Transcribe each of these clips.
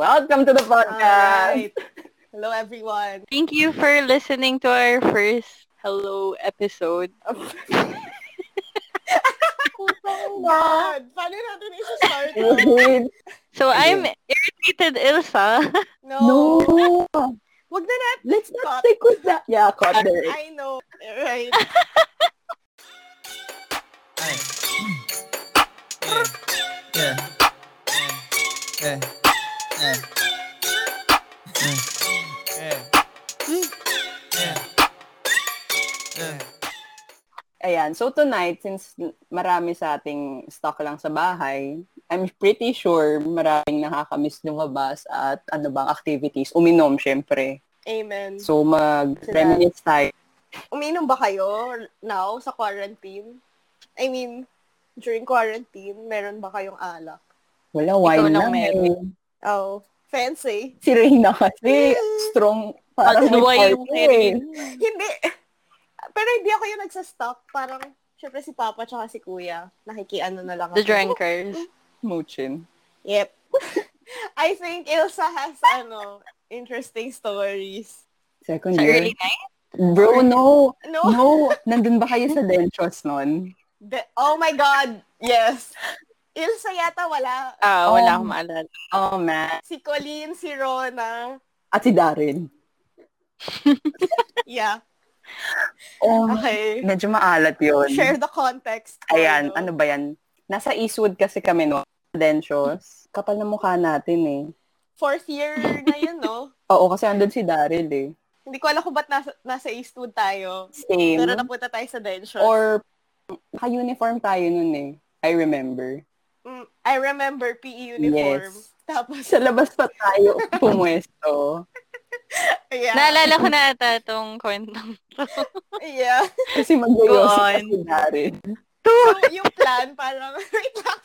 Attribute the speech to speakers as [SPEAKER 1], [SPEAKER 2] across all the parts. [SPEAKER 1] Welcome to the podcast.
[SPEAKER 2] Alright. Hello, everyone.
[SPEAKER 3] Thank you for listening to our first hello episode.
[SPEAKER 2] Oh, God. Paano natin isa-start?
[SPEAKER 1] Wait,
[SPEAKER 3] So I'm irritated Ilsa.
[SPEAKER 2] No.
[SPEAKER 1] no.
[SPEAKER 2] Wag na natin.
[SPEAKER 1] Let's not stick with that. Yeah, caught there.
[SPEAKER 2] I know. Right.
[SPEAKER 1] Ayan. So tonight, since marami sa ating stuck lang sa bahay, I'm pretty sure maraming nakakamiss lumabas at ano bang activities. Uminom, syempre.
[SPEAKER 2] Amen.
[SPEAKER 1] So mag-reminisce tayo.
[SPEAKER 2] Uminom ba kayo now sa quarantine? I mean, during quarantine, meron ba kayong alak?
[SPEAKER 1] Wala, wine lang.
[SPEAKER 3] lang meron.
[SPEAKER 1] eh.
[SPEAKER 2] Oh, fancy.
[SPEAKER 1] Si Reyna kasi strong. Parang may
[SPEAKER 3] Pagluway yung
[SPEAKER 1] party eh.
[SPEAKER 2] Hindi. Pero hindi ako yung nagsastock. Parang, syempre si Papa tsaka si Kuya. Nakikiano na lang ako.
[SPEAKER 3] The drinkers.
[SPEAKER 1] Muchin.
[SPEAKER 2] Yep. I think Ilsa has, ano, interesting stories.
[SPEAKER 1] Second
[SPEAKER 3] Sa
[SPEAKER 1] year.
[SPEAKER 3] early night?
[SPEAKER 1] Bro, no.
[SPEAKER 2] No?
[SPEAKER 1] No. Nandun ba kayo sa Dentros nun?
[SPEAKER 2] The- oh my God! Yes! Ilsa yata wala.
[SPEAKER 3] Ah,
[SPEAKER 1] Oh.
[SPEAKER 3] wala akong maalala.
[SPEAKER 1] Oh, man.
[SPEAKER 2] Si Colleen, si Rona.
[SPEAKER 1] At si Darren.
[SPEAKER 2] Yeah.
[SPEAKER 1] Oh,
[SPEAKER 2] Okay.
[SPEAKER 1] medyo maalat yun.
[SPEAKER 2] Ah. Share the context.
[SPEAKER 1] Ayan, ano ba yan? Nasa Eastwood kasi kami no. Dentros. Kapal na mukha natin eh.
[SPEAKER 2] Fourth year na yun, no?
[SPEAKER 1] Oo, kasi andun si Daryl eh.
[SPEAKER 2] Hindi ko alam kung ba't nasa, nasa Eastwood tayo.
[SPEAKER 1] Same.
[SPEAKER 2] Pero napunta tayo sa Denshaw.
[SPEAKER 1] Or, naka-uniform tayo nun eh. I remember.
[SPEAKER 2] Mm, I remember PE uniform.
[SPEAKER 1] Yes.
[SPEAKER 2] Tapos,
[SPEAKER 1] Sa labas pa tayo pumwesto.
[SPEAKER 2] yeah.
[SPEAKER 3] Naalala ko na ata itong kwentong to.
[SPEAKER 2] yeah.
[SPEAKER 1] Kasi magyoyosi
[SPEAKER 3] Go
[SPEAKER 1] pa
[SPEAKER 3] on.
[SPEAKER 1] si Daryl.
[SPEAKER 2] So, yung plan, parang, wait lang.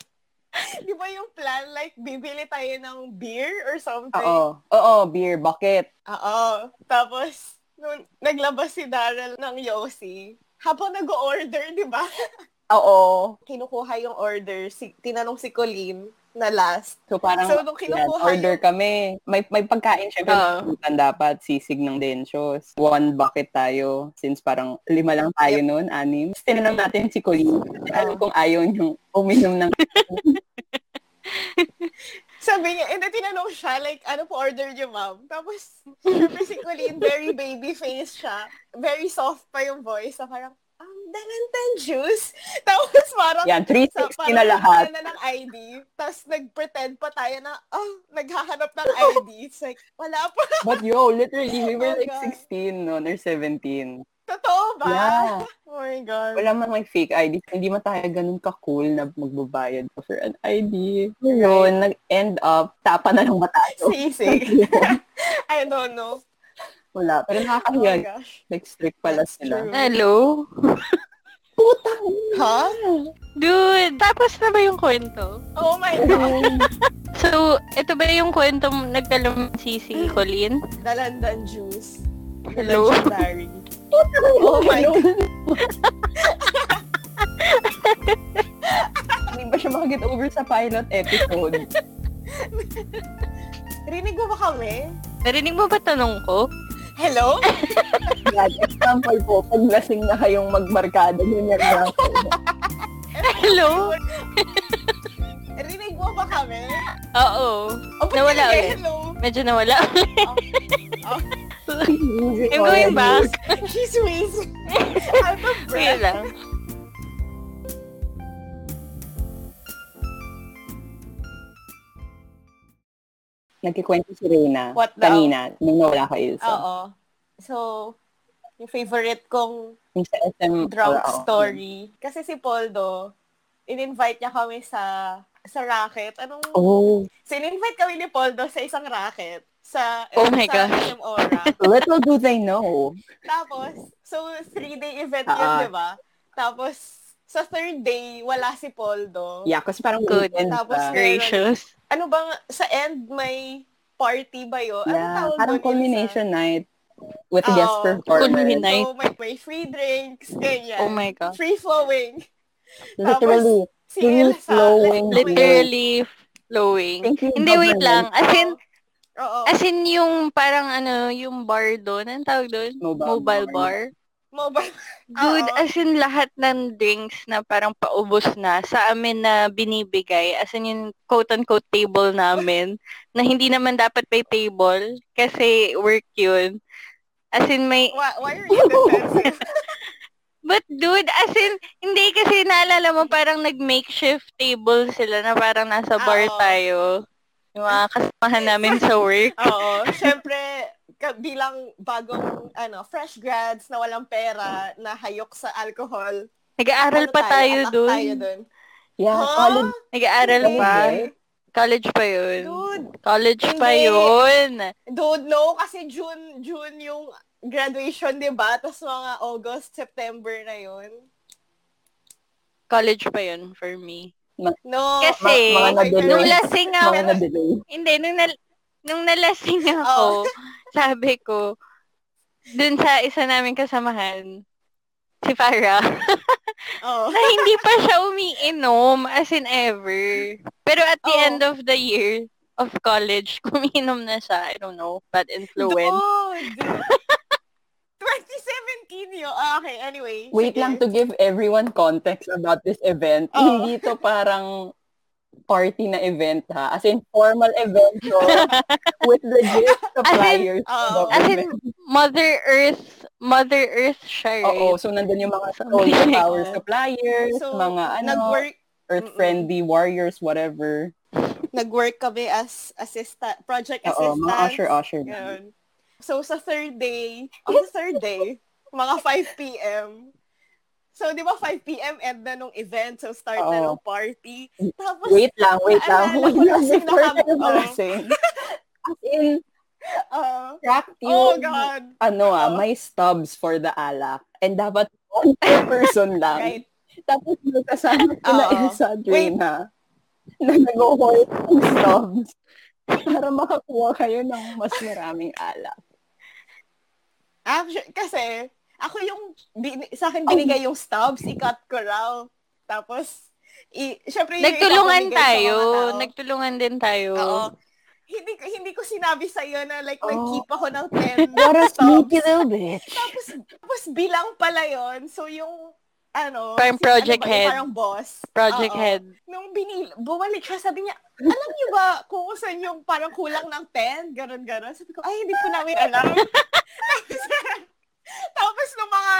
[SPEAKER 2] Di ba yung plan, like, bibili tayo ng beer or something?
[SPEAKER 1] Oo. Oo, beer bucket.
[SPEAKER 2] Oo. Tapos, nung naglabas si Daryl ng Yossi, habang nag-order, di ba?
[SPEAKER 1] Oo.
[SPEAKER 2] Kinukuha yung order, si, tinanong si Colleen na last.
[SPEAKER 1] So parang
[SPEAKER 2] So, nung
[SPEAKER 1] yan,
[SPEAKER 2] kinukuha
[SPEAKER 1] order
[SPEAKER 2] yung- Ah.
[SPEAKER 1] kami. May may pagkain syempre
[SPEAKER 3] Oo.
[SPEAKER 1] nakalimutan dapat sisig ng Denshos. One bucket tayo since parang lima lang tayo noon, anim. Tapos tinanong natin si Colleen. Kasi alam
[SPEAKER 2] Ah.
[SPEAKER 1] kong ayaw niyong uminom ng
[SPEAKER 2] Sabi niya, and then tinanong siya, like, ano po order niyo, ma'am? Tapos, syempre si Colleen, very baby face siya. very soft pa yung voice. So parang, um, danantan juice. Tapos parang,
[SPEAKER 1] yan, 360
[SPEAKER 2] sa-
[SPEAKER 1] na lahat.
[SPEAKER 2] nagkaroon na ng ID. Tapos nag-pretend pa tayo na, oh, naghahanap ng ID. It's like, wala pa.
[SPEAKER 1] But yo, literally, we were
[SPEAKER 2] Oh my
[SPEAKER 1] like
[SPEAKER 2] God.
[SPEAKER 1] 16 noon or 17.
[SPEAKER 2] Totoo ba?
[SPEAKER 1] Yeah.
[SPEAKER 2] Oh my God.
[SPEAKER 1] Wala man may fake ID. Hindi man tayo ganun ka-cool na magbabayad pa for an ID.
[SPEAKER 2] Right.
[SPEAKER 1] Yun, nag-end up, tapa na lang ba tayo?
[SPEAKER 2] Sisig. I don't know.
[SPEAKER 1] Wala. Pero
[SPEAKER 2] Oh my
[SPEAKER 1] nakakahiya.
[SPEAKER 2] gosh.
[SPEAKER 1] Like, strict pala
[SPEAKER 2] That's
[SPEAKER 1] sila.
[SPEAKER 2] true.
[SPEAKER 3] Hello?
[SPEAKER 1] Putang
[SPEAKER 2] Huh?
[SPEAKER 3] Dude, tapos na ba yung kwento?
[SPEAKER 2] Oh my God.
[SPEAKER 3] So, ito ba yung kwentong nagkalamansi si
[SPEAKER 1] Hmm.
[SPEAKER 3] Colleen?
[SPEAKER 2] Dalandan juice.
[SPEAKER 3] Hello?
[SPEAKER 2] Legendary. Oh my
[SPEAKER 1] God. Hindi ba siya makaget over sa pilot episode?
[SPEAKER 2] Rinig mo ba kami?
[SPEAKER 3] Narinig mo ba tanong ko?
[SPEAKER 2] Hello?
[SPEAKER 1] God, example po, pag lasing na kayong magbarkada, ganyan na.
[SPEAKER 3] Hello?
[SPEAKER 2] Rinig mo ba kami?
[SPEAKER 3] Oo.
[SPEAKER 2] Oh, ba't
[SPEAKER 3] Nawala
[SPEAKER 2] nilagay
[SPEAKER 3] ulit.
[SPEAKER 2] Hello?
[SPEAKER 3] Medyo nawala. I'm
[SPEAKER 1] I'm
[SPEAKER 3] going back.
[SPEAKER 2] She's wheezing. Out of
[SPEAKER 3] Wait
[SPEAKER 2] breath.
[SPEAKER 3] lang.
[SPEAKER 1] Nagkikwento si Reyna.
[SPEAKER 2] What the-
[SPEAKER 1] Kanina, nung nawala ka, Ilsa.
[SPEAKER 2] Oo. So, yung favorite kong
[SPEAKER 1] Yung sa SM. oh,
[SPEAKER 2] drunk
[SPEAKER 1] oo.
[SPEAKER 2] story. Kasi si Poldo, in-invite niya kami sa sa racket. Anong,
[SPEAKER 1] Oh,
[SPEAKER 2] so, in-invite kami ni Poldo sa isang racket. Sa,
[SPEAKER 3] Oh my
[SPEAKER 2] sa
[SPEAKER 3] gosh.
[SPEAKER 2] SM Aura.
[SPEAKER 1] little do they know.
[SPEAKER 2] Tapos, so, three-day event yun,
[SPEAKER 1] Ah.
[SPEAKER 2] di ba? Tapos, sa third day, wala si Poldo.
[SPEAKER 1] Yeah, kasi parang
[SPEAKER 3] Good.
[SPEAKER 1] weekend
[SPEAKER 2] Tapos
[SPEAKER 1] pa.
[SPEAKER 2] may-
[SPEAKER 3] Gracious.
[SPEAKER 2] Ano bang, sa end, may party ba yun? Ano
[SPEAKER 1] Yeah,
[SPEAKER 2] tawag
[SPEAKER 1] parang
[SPEAKER 2] doon, Ilsa?
[SPEAKER 1] culmination night with
[SPEAKER 2] Oo.
[SPEAKER 1] guest performers.
[SPEAKER 3] Culmination. night.
[SPEAKER 2] So, may, may free drinks, ganyan.
[SPEAKER 3] Oh my God.
[SPEAKER 2] Free flowing.
[SPEAKER 1] Literally.
[SPEAKER 2] Si
[SPEAKER 1] Free
[SPEAKER 2] Ilsa. let's
[SPEAKER 1] flowing.
[SPEAKER 2] go.
[SPEAKER 3] Literally flowing.
[SPEAKER 1] Thank you,
[SPEAKER 3] Hindi, wait
[SPEAKER 1] government.
[SPEAKER 3] lang. As in,
[SPEAKER 2] Oo.
[SPEAKER 3] As in, yung parang ano, yung bar doon, anong tawag doon? Mobile bar.
[SPEAKER 2] Mobile.
[SPEAKER 3] Dude,
[SPEAKER 2] Oo.
[SPEAKER 3] as in lahat ng drinks na parang paubos na sa amin na binibigay, as in yung quote-unquote table namin, na hindi naman dapat may table kasi work yun. As in may,
[SPEAKER 2] Why, why are you defensive?
[SPEAKER 3] But dude, as in, hindi kasi naalala mo parang nag-makeshift table sila na parang nasa bar
[SPEAKER 2] Ah, Oo.
[SPEAKER 3] tayo. Yung mga kasamahan namin sa work.
[SPEAKER 2] Oo. Siyempre, ka- bilang bagong, ano, fresh grads na walang pera, na hayok sa alcohol. ano
[SPEAKER 3] Nag-aaral pa tayo
[SPEAKER 2] atak
[SPEAKER 3] doon.
[SPEAKER 2] Tayo dun.
[SPEAKER 1] Yeah,
[SPEAKER 2] Huh?
[SPEAKER 1] college
[SPEAKER 3] Nag-aaral
[SPEAKER 1] Hindi.
[SPEAKER 3] pa. College pa yun.
[SPEAKER 2] Dude,
[SPEAKER 3] College pa
[SPEAKER 2] Hindi.
[SPEAKER 3] yun.
[SPEAKER 2] dude, no, kasi June, June yung graduation, di ba? Tapos mga August, September na yun.
[SPEAKER 3] College pa yun for me.
[SPEAKER 2] No.
[SPEAKER 3] Kasi,
[SPEAKER 1] mga na-delay.
[SPEAKER 3] nung lasing
[SPEAKER 1] mga
[SPEAKER 3] ako,
[SPEAKER 1] na-delay.
[SPEAKER 3] hindi, nung, nal- nung nalasing
[SPEAKER 2] Oh.
[SPEAKER 3] ako, sabi ko, dun sa isa namin kasamahan, si Farah,
[SPEAKER 2] Oh.
[SPEAKER 3] na hindi pa siya umiinom as in ever. Pero at the
[SPEAKER 2] Oo.
[SPEAKER 3] end of the year of college, kumiinom na siya. I don't know, bad influence.
[SPEAKER 2] Dude! 2017 yun. Ah, okay, anyway.
[SPEAKER 1] Wait
[SPEAKER 2] sige.
[SPEAKER 1] lang to give everyone context about this event.
[SPEAKER 2] Oo.
[SPEAKER 1] Hindi to parang party na event ha. As in, formal event to with legit suppliers.
[SPEAKER 2] oo.
[SPEAKER 1] of the
[SPEAKER 3] As in,
[SPEAKER 1] event.
[SPEAKER 3] Mother Earth, Mother Earth siya, eh. right?
[SPEAKER 1] Oo, so nandun yung mga
[SPEAKER 3] Something
[SPEAKER 1] solar
[SPEAKER 3] like
[SPEAKER 1] power
[SPEAKER 3] that.
[SPEAKER 1] suppliers,
[SPEAKER 2] So,
[SPEAKER 1] mga ano,
[SPEAKER 2] Nag-work,
[SPEAKER 1] earth-friendly warriors, whatever.
[SPEAKER 2] nag-work kami as assistant, project
[SPEAKER 1] Oo,
[SPEAKER 2] assistant.
[SPEAKER 1] mga usher-usher. lang.
[SPEAKER 2] Ganun. So, sa third day, on the third day, mga 5 p.m., So, di ba 5 p.m. end na nung event, so start na
[SPEAKER 1] Oo. Mm.
[SPEAKER 2] nung party. Tapos,
[SPEAKER 1] Wait lang, wait lang.
[SPEAKER 2] Naalala
[SPEAKER 1] Wait
[SPEAKER 2] ko
[SPEAKER 1] lang
[SPEAKER 2] kasi
[SPEAKER 1] before
[SPEAKER 2] nakab-
[SPEAKER 1] tayo
[SPEAKER 2] oo.
[SPEAKER 1] lasing. As in,
[SPEAKER 2] ah,
[SPEAKER 1] crack
[SPEAKER 2] oh
[SPEAKER 1] yung
[SPEAKER 2] God!
[SPEAKER 1] ano ah,
[SPEAKER 2] Oo.
[SPEAKER 1] may stubs for the alak. And dapat one per person lang.
[SPEAKER 2] Right?
[SPEAKER 1] Tapos may kasama ko na
[SPEAKER 2] Oo.
[SPEAKER 1] Elsa Drina na nag-hold ng stubs para makakuha kayo ng mas maraming alak.
[SPEAKER 2] Actually, kasi, ako yung, bin- sa
[SPEAKER 3] Oh.
[SPEAKER 2] akin binigay yung stubs, ikat ko raw. Tapos, i- syempre, yung iba
[SPEAKER 3] Nagtulungan
[SPEAKER 2] ko binigay
[SPEAKER 3] tayo.
[SPEAKER 2] sa
[SPEAKER 3] oh.
[SPEAKER 2] mga tao.
[SPEAKER 3] Nagtulungan din tayo.
[SPEAKER 2] Oo. Hindi, ko- hindi ko sinabi sa iyo na like,
[SPEAKER 3] Oh.
[SPEAKER 1] Oo.
[SPEAKER 2] nag-keep ako ng 10
[SPEAKER 1] What a
[SPEAKER 2] stubs.
[SPEAKER 1] sneaky little bitch.
[SPEAKER 2] Tapos, tapos bilang pala yon So, yung, ano,
[SPEAKER 3] Parang
[SPEAKER 2] si-
[SPEAKER 3] project
[SPEAKER 2] ano ba yun?
[SPEAKER 3] head.
[SPEAKER 2] Parang boss.
[SPEAKER 3] Project
[SPEAKER 2] Oo.
[SPEAKER 3] head.
[SPEAKER 2] Nung binil, bumalik siya, sabi niya, alam niyo ba kung saan yung parang kulang ng 10? Ganon, ganon. Sabi ko, ay, hindi ko namin alam. Tapos nung mga,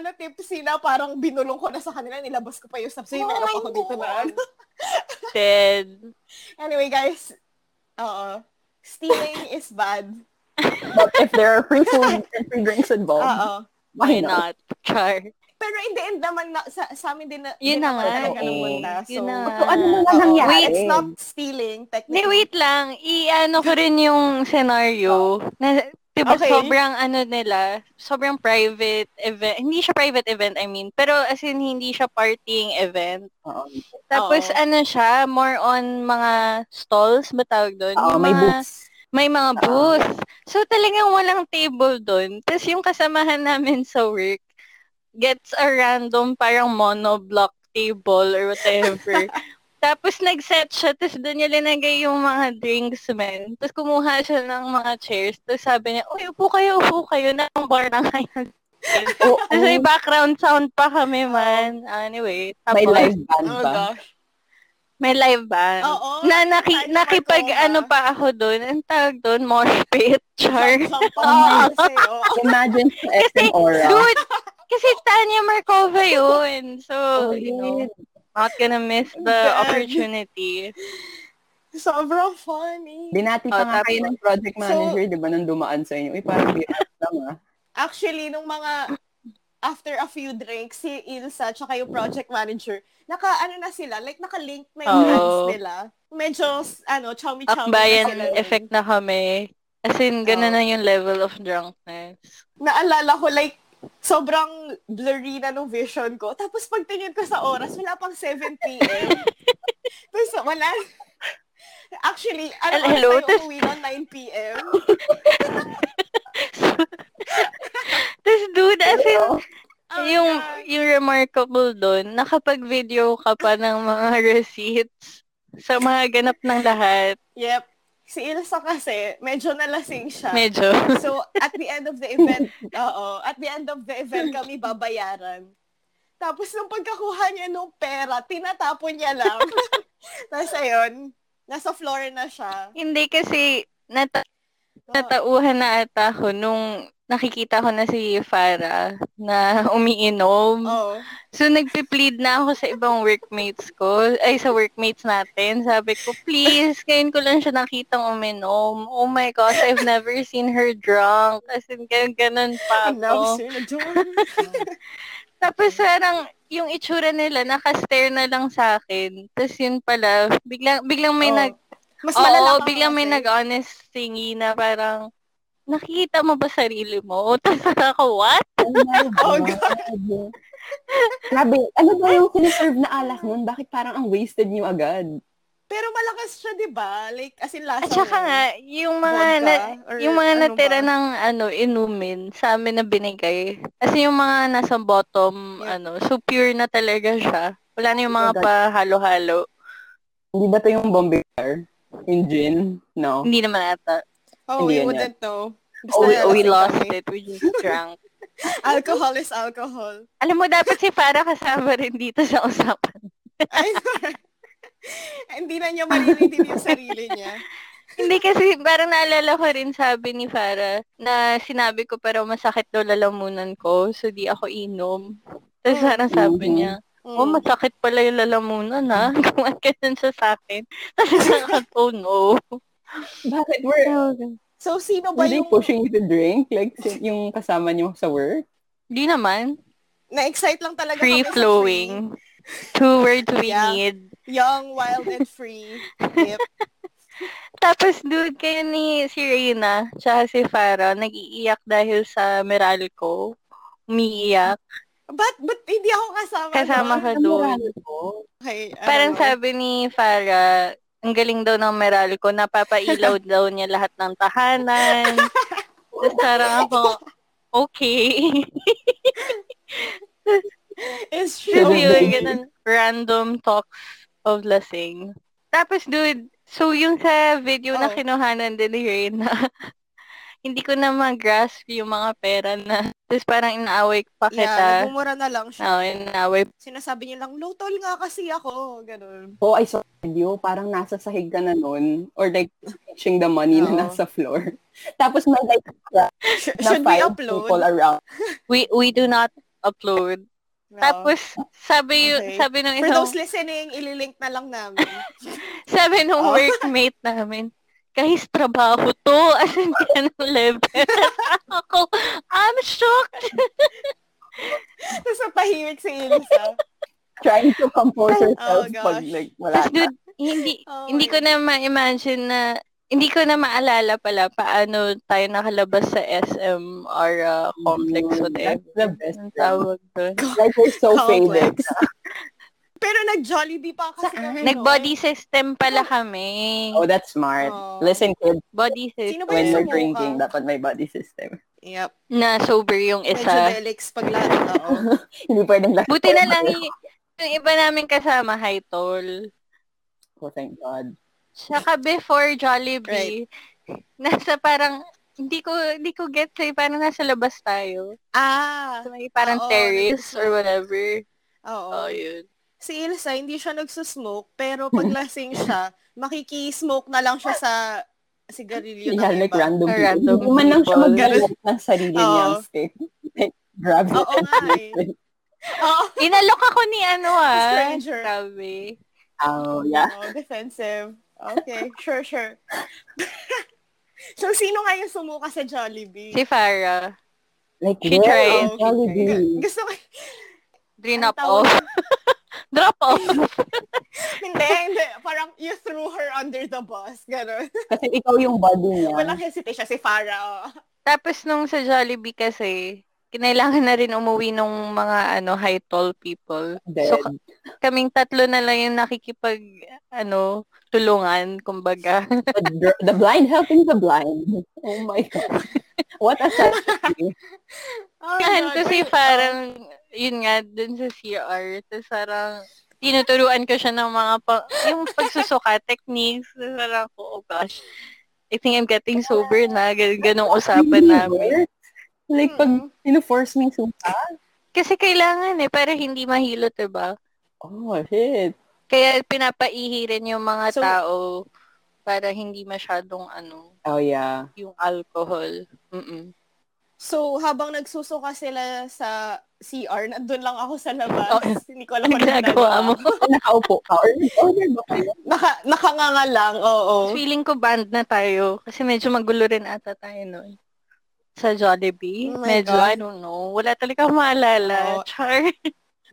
[SPEAKER 2] ano, tipsy na parang binulong ko na sa kanila, nilabas ko pa yung stuff. So,
[SPEAKER 1] Oh
[SPEAKER 2] yung meron
[SPEAKER 1] my
[SPEAKER 2] pa ako dito na. ano.
[SPEAKER 3] Dead.
[SPEAKER 2] Anyway, guys, oo. Stealing is bad.
[SPEAKER 1] But if there are free food and free drinks involved,
[SPEAKER 2] Oo.
[SPEAKER 1] why
[SPEAKER 3] Why
[SPEAKER 1] not?
[SPEAKER 3] not? Char.
[SPEAKER 2] Pero in the end naman, na, sa, sa amin din na, din
[SPEAKER 3] Yun na
[SPEAKER 2] naman
[SPEAKER 3] nga.
[SPEAKER 2] talaga
[SPEAKER 1] Oo.
[SPEAKER 2] namunta. So,
[SPEAKER 3] Yun na nga.
[SPEAKER 1] So, ano naman
[SPEAKER 2] Oo.
[SPEAKER 1] nangyari?
[SPEAKER 2] Wait, it's not stealing,
[SPEAKER 3] Hindi,
[SPEAKER 2] technically.
[SPEAKER 3] wait lang. I-ano ko rin yung scenario. Na, diba
[SPEAKER 2] Okay.
[SPEAKER 3] sobrang ano nila, sobrang private event. Hindi siya private event, I mean. Pero as in, hindi siya partying event.
[SPEAKER 1] Oo.
[SPEAKER 3] Tapos
[SPEAKER 2] Oo.
[SPEAKER 3] ano siya, more on mga stalls, ba tawag doon?
[SPEAKER 1] Oo,
[SPEAKER 3] Yung
[SPEAKER 1] may
[SPEAKER 3] mga-
[SPEAKER 1] boots.
[SPEAKER 3] May mga
[SPEAKER 1] Oo.
[SPEAKER 3] booth. So talagang walang table doon. Tapos yung kasamahan namin sa work, gets a random parang monoblock table or whatever. Tapos nag-set siya, tapos doon niya linagay yung mga drinks, man. Tapos kumuha siya ng mga chairs. Tapos sabi niya, uy, upo kayo, upo kayo. Nakang bar na kayo.
[SPEAKER 1] Oo.
[SPEAKER 3] Tapos may background sound pa kami, man. Anyway. Tapos,
[SPEAKER 1] May live band
[SPEAKER 2] Oh,
[SPEAKER 1] ba?
[SPEAKER 2] gosh.
[SPEAKER 3] May live band.
[SPEAKER 2] Oo.
[SPEAKER 3] Na naki,
[SPEAKER 2] Kahit
[SPEAKER 3] nakipag
[SPEAKER 2] nakatulog.
[SPEAKER 3] ano pa ako doon. Ang tawag doon, mosh pit, char.
[SPEAKER 2] Jump up kasi, oh.
[SPEAKER 1] Imagine sa SM Aura.
[SPEAKER 3] Dude, kasi Tanya Markova yun. So,
[SPEAKER 2] Oh,
[SPEAKER 3] you know, not gonna miss the
[SPEAKER 2] Dad.
[SPEAKER 3] opportunity.
[SPEAKER 2] Sobrang funny.
[SPEAKER 1] Binati
[SPEAKER 3] Oh,
[SPEAKER 1] pa nga
[SPEAKER 3] tapos-
[SPEAKER 1] kayo ng project
[SPEAKER 2] So-
[SPEAKER 1] manager, di ba, nung dumaan sa inyo. Uy, parang birat lang ah.
[SPEAKER 2] Actually, nung mga after a few drinks, si Ilsa tsaka yung project manager, naka, ano na sila, like, naka-link na yung
[SPEAKER 3] Oo.
[SPEAKER 2] hands nila. Medyo, ano, chummy-chummy na sila.
[SPEAKER 3] Akbayan effect na kami. As in, ganun
[SPEAKER 2] Oh.
[SPEAKER 3] na yung level of drunkenness.
[SPEAKER 2] Naalala ko, like, sobrang blurry na nung vision ko. Tapos pagtingin ko sa oras, wala pang 7 p.m. Tapos wala. Actually, ano
[SPEAKER 3] Hello, hello,
[SPEAKER 2] oras tayo
[SPEAKER 3] tas-
[SPEAKER 2] umuwi ng 9 p.m.?
[SPEAKER 3] This dude, as in,
[SPEAKER 1] Pero,
[SPEAKER 2] Oh,
[SPEAKER 3] yung,
[SPEAKER 2] God.
[SPEAKER 3] yung remarkable doon, nakapag-video ka pa ng mga receipts sa mga ganap ng lahat.
[SPEAKER 2] Yep. Si Ilsa kasi, medyo nalasing siya.
[SPEAKER 3] Medyo.
[SPEAKER 2] So, at the end of the event, oo, at the end of the event kami babayaran. Tapos, nung pagkakuha niya ng pera, tinatapon niya lang. Tapos, ayun, nasa floor na siya.
[SPEAKER 3] Hindi kasi nata-
[SPEAKER 2] Oh. Oo.
[SPEAKER 3] natauhan na ata ako nung nakikita ko na si Farah na umiinom.
[SPEAKER 2] Oo.
[SPEAKER 3] So, nagpe-plead na ako sa ibang workmates ko. Ay, sa workmates natin. Sabi ko, please, ngayon ko lang siya nakitang uminom. Oh my gosh, I've never seen her drunk. As in, gan- ganun pa
[SPEAKER 2] Ang
[SPEAKER 3] ako.
[SPEAKER 2] loves yun. Jun.
[SPEAKER 3] Tapos parang yung itsura nila, nakastare na lang sa akin. Tapos yun pala, biglang, biglang may
[SPEAKER 2] Oo.
[SPEAKER 3] nag...
[SPEAKER 2] Oh. Mas malala ka
[SPEAKER 3] Oo, biglang may
[SPEAKER 2] kasi.
[SPEAKER 3] nag-honest thingy na parang, nakikita mo ba sarili mo? Tapos ako, what?
[SPEAKER 1] Oh, my
[SPEAKER 2] Oh,
[SPEAKER 1] God. Sabi, ano ba yung sinaserve na alak nun? Bakit parang ang wasted niyo agad?
[SPEAKER 2] Pero malakas siya, di ba? Like, as in lasa.
[SPEAKER 3] At saka
[SPEAKER 2] niya.
[SPEAKER 3] nga, yung mga, na,
[SPEAKER 2] Vodka or
[SPEAKER 3] yung mga
[SPEAKER 2] ano
[SPEAKER 3] natira
[SPEAKER 2] ba?
[SPEAKER 3] ng ano, inumin sa amin na binigay. Kasi yung mga nasa bottom,
[SPEAKER 2] Yeah.
[SPEAKER 3] ano, so pure na talaga siya. Wala na yung mga
[SPEAKER 1] Oh my God.
[SPEAKER 3] pa halo-halo.
[SPEAKER 1] Hindi ba to yung Bombay Bar? Yung gin? No.
[SPEAKER 3] Hindi naman ata.
[SPEAKER 2] Oh,
[SPEAKER 1] Hindi
[SPEAKER 2] we
[SPEAKER 1] yan
[SPEAKER 2] wouldn't know. Basta
[SPEAKER 3] Oh, we,
[SPEAKER 2] nalasing
[SPEAKER 3] we lost
[SPEAKER 2] kami.
[SPEAKER 3] it. We just drank.
[SPEAKER 2] Alcohol is alcohol.
[SPEAKER 3] Alam mo, dapat si Farah kasama rin dito sa usapan.
[SPEAKER 2] Ay, Hindi na niya maririnig yung sarili niya.
[SPEAKER 3] Hindi kasi, parang naalala ko rin sabi ni Farah na sinabi ko pero masakit daw lalamunan ko, so di ako inom. Tapos
[SPEAKER 2] Mm.
[SPEAKER 3] parang sabi
[SPEAKER 1] Mhm.
[SPEAKER 3] niya,
[SPEAKER 2] Mm.
[SPEAKER 3] oh, masakit pala yung lalamunan ha. Gumawa ka dun siya sa akin. Tapos ako, oh no.
[SPEAKER 1] Bakit were,
[SPEAKER 2] so, sino
[SPEAKER 1] were
[SPEAKER 2] Ano ba
[SPEAKER 1] they
[SPEAKER 2] yung
[SPEAKER 1] pushing you to drink? Like, si- yung kasama niyo sa work?
[SPEAKER 3] Di naman.
[SPEAKER 2] na-excite lang talaga kami sa free.
[SPEAKER 3] Free-flowing. Two words we
[SPEAKER 2] Yeah.
[SPEAKER 3] need.
[SPEAKER 2] Young, wild, and free. Yep.
[SPEAKER 3] Tapos, dude, kayo ni si Reyna, tsaka si Farah, nag-iiyak dahil sa Meralco. Umiiyak.
[SPEAKER 2] But, but hindi ako kasama.
[SPEAKER 3] Kasama
[SPEAKER 2] doon.
[SPEAKER 3] ka doon.
[SPEAKER 2] Okay, ano.
[SPEAKER 3] Parang sabi ni Farah, ang galing daw ng Meralco, napapailaw daw niya lahat ng tahanan. Tapos parang ako, okay.
[SPEAKER 2] It's true.
[SPEAKER 3] Tapos
[SPEAKER 1] Okay.
[SPEAKER 3] yun, ganun, random talks of lasing. Tapos dude, so yung sa video na
[SPEAKER 2] Oh.
[SPEAKER 3] kinuhanan din ni Reyna, hindi ko na ma-grasp yung mga pera na. Tapos parang inaaway pa
[SPEAKER 2] Yeah,
[SPEAKER 3] kita.
[SPEAKER 2] nagmumura na lang siya.
[SPEAKER 3] Oo, inaaway.
[SPEAKER 2] Sinasabi niya lang, lutol nga kasi ako. Ganun.
[SPEAKER 1] Oh, I saw the video. Parang nasa sahig ka na nun. Or like, catching the money
[SPEAKER 2] Oo.
[SPEAKER 1] na nasa floor. Tapos may like,
[SPEAKER 2] Sh-
[SPEAKER 1] na
[SPEAKER 2] should we
[SPEAKER 1] five
[SPEAKER 2] upload?
[SPEAKER 1] people around.
[SPEAKER 3] We, we do not upload.
[SPEAKER 2] No.
[SPEAKER 3] Tapos, sabi, yung
[SPEAKER 2] Okay.
[SPEAKER 3] sabi ng
[SPEAKER 2] For
[SPEAKER 3] isang
[SPEAKER 2] those listening, ililink na lang namin.
[SPEAKER 3] Sabi
[SPEAKER 2] Oh.
[SPEAKER 3] nung workmate namin, guys, trabaho to. As in, ganun level. Ako, I'm shocked.
[SPEAKER 2] Tapos napahimik si Ilsa.
[SPEAKER 1] Trying to compose
[SPEAKER 2] Oh,
[SPEAKER 1] yourself pag
[SPEAKER 2] gosh.
[SPEAKER 1] like, wala
[SPEAKER 3] Tapos,
[SPEAKER 1] na.
[SPEAKER 3] dude, hindi,
[SPEAKER 2] Oh
[SPEAKER 3] hindi
[SPEAKER 2] my
[SPEAKER 3] ko na ma-imagine na, hindi ko na maalala pala paano tayo nakalabas sa SM or uh, complex
[SPEAKER 1] Mm,
[SPEAKER 3] whatever.
[SPEAKER 1] That's the best.
[SPEAKER 3] Ang
[SPEAKER 1] thing.
[SPEAKER 3] tawag doon.
[SPEAKER 1] Like, we're so faded.
[SPEAKER 2] Complex. Pero nag-Jollibee pa kasi
[SPEAKER 1] Saan?
[SPEAKER 2] kami. no?
[SPEAKER 3] Nag-body system pala kami.
[SPEAKER 1] Oh, that's smart.
[SPEAKER 2] Oh.
[SPEAKER 1] Listen, kids,
[SPEAKER 3] Body
[SPEAKER 2] Sino
[SPEAKER 3] system.
[SPEAKER 2] ba
[SPEAKER 1] when
[SPEAKER 2] yung
[SPEAKER 1] we're
[SPEAKER 2] sumuka?
[SPEAKER 1] drinking, dapat may body system.
[SPEAKER 2] Yep.
[SPEAKER 3] Na sober yung
[SPEAKER 2] Medyo
[SPEAKER 3] isa.
[SPEAKER 2] relics pag lahat tao.
[SPEAKER 1] Hindi pwedeng lahat.
[SPEAKER 3] Buti
[SPEAKER 2] Oh,
[SPEAKER 3] na lang y- yung iba namin kasama, high tall.
[SPEAKER 1] Oh, thank God.
[SPEAKER 3] Tsaka before Jollibee, nasa parang, hindi ko, hindi ko get sa'yo, parang nasa labas tayo.
[SPEAKER 2] Ah,
[SPEAKER 3] So, may
[SPEAKER 2] Oo,
[SPEAKER 3] parang
[SPEAKER 2] nandun.
[SPEAKER 3] terrace or whatever.
[SPEAKER 2] oo.
[SPEAKER 3] Oh, yun.
[SPEAKER 2] Si Ilsa, hindi siya nagsusmoke, pero pag lasing siya, makikismoke na lang siya sa sigarilyo
[SPEAKER 1] Yeah,
[SPEAKER 2] ng
[SPEAKER 1] like
[SPEAKER 2] iba.
[SPEAKER 1] random
[SPEAKER 3] Or
[SPEAKER 1] people.
[SPEAKER 3] random
[SPEAKER 1] Hindi man lang siya
[SPEAKER 3] people.
[SPEAKER 1] mag-alok ng sarili
[SPEAKER 2] Oo.
[SPEAKER 1] niyang state. Like, grab it.
[SPEAKER 2] Oo nga eh. Oo.
[SPEAKER 3] Inalok ako ni ano ah.
[SPEAKER 2] Stranger.
[SPEAKER 3] Grabe.
[SPEAKER 1] Oh, yeah.
[SPEAKER 2] Oo, defensive. Okay, sure, sure. so, sino nga yung sumuka sa Jollibee?
[SPEAKER 3] Si Farah.
[SPEAKER 1] Like,
[SPEAKER 3] She
[SPEAKER 1] where
[SPEAKER 3] tried.
[SPEAKER 1] is Jollibee?
[SPEAKER 2] Gusto ko,
[SPEAKER 3] Drinop
[SPEAKER 2] Ang tawag-
[SPEAKER 3] off. Drop off.
[SPEAKER 2] hindi, hindi. Parang you threw her under the bus. Ganon.
[SPEAKER 1] Kasi ikaw yung body niya.
[SPEAKER 2] Walang hesitation. Si Farah, oh.
[SPEAKER 3] Tapos nung sa Jollibee kasi, kinailangan na rin umuwi nung mga ano high tall people.
[SPEAKER 1] Dead.
[SPEAKER 3] So, kaming tatlo na lang yung nakikipag, ano, tulungan, kumbaga.
[SPEAKER 1] the, dr- the blind helping the blind. Oh my God. What a tragedy.
[SPEAKER 2] Oh,
[SPEAKER 3] Kahan
[SPEAKER 2] God.
[SPEAKER 3] ko si
[SPEAKER 2] Wait,
[SPEAKER 3] parang, yun nga, dun sa CR, tapos parang, tinuturuan ko siya ng mga, pa- yung pagsusuka techniques, tapos parang, ko, oh gosh, I think I'm getting sober na. Gan- ganong usapan namin.
[SPEAKER 1] Like, pag
[SPEAKER 2] Mm.
[SPEAKER 1] ino-force mo yung suka.
[SPEAKER 3] Kasi kailangan eh, para hindi mahilot, diba?
[SPEAKER 1] Oh, shit.
[SPEAKER 3] Kaya pinapaihi rin yung mga
[SPEAKER 2] So-
[SPEAKER 3] tao para hindi masyadong ano,
[SPEAKER 1] Oh, yeah.
[SPEAKER 3] yung alcohol. Mm-mm.
[SPEAKER 2] So, habang nagsusuka sila sa CR, nandun lang ako sa labas.
[SPEAKER 3] Oh.
[SPEAKER 2] Hindi ko alam
[SPEAKER 3] Ano
[SPEAKER 2] kung
[SPEAKER 3] ginagawa mo?
[SPEAKER 1] Nakaupo ka. Or order ba kayo?
[SPEAKER 2] Naka, nakanganga lang, oo.
[SPEAKER 3] Feeling ko band na tayo. Kasi medyo magulo rin ata tayo noon. Sa Jollibee.
[SPEAKER 2] Oh my
[SPEAKER 3] medyo,
[SPEAKER 2] God.
[SPEAKER 3] I don't know. Wala talaga akong maalala.
[SPEAKER 2] Oh.
[SPEAKER 3] Char.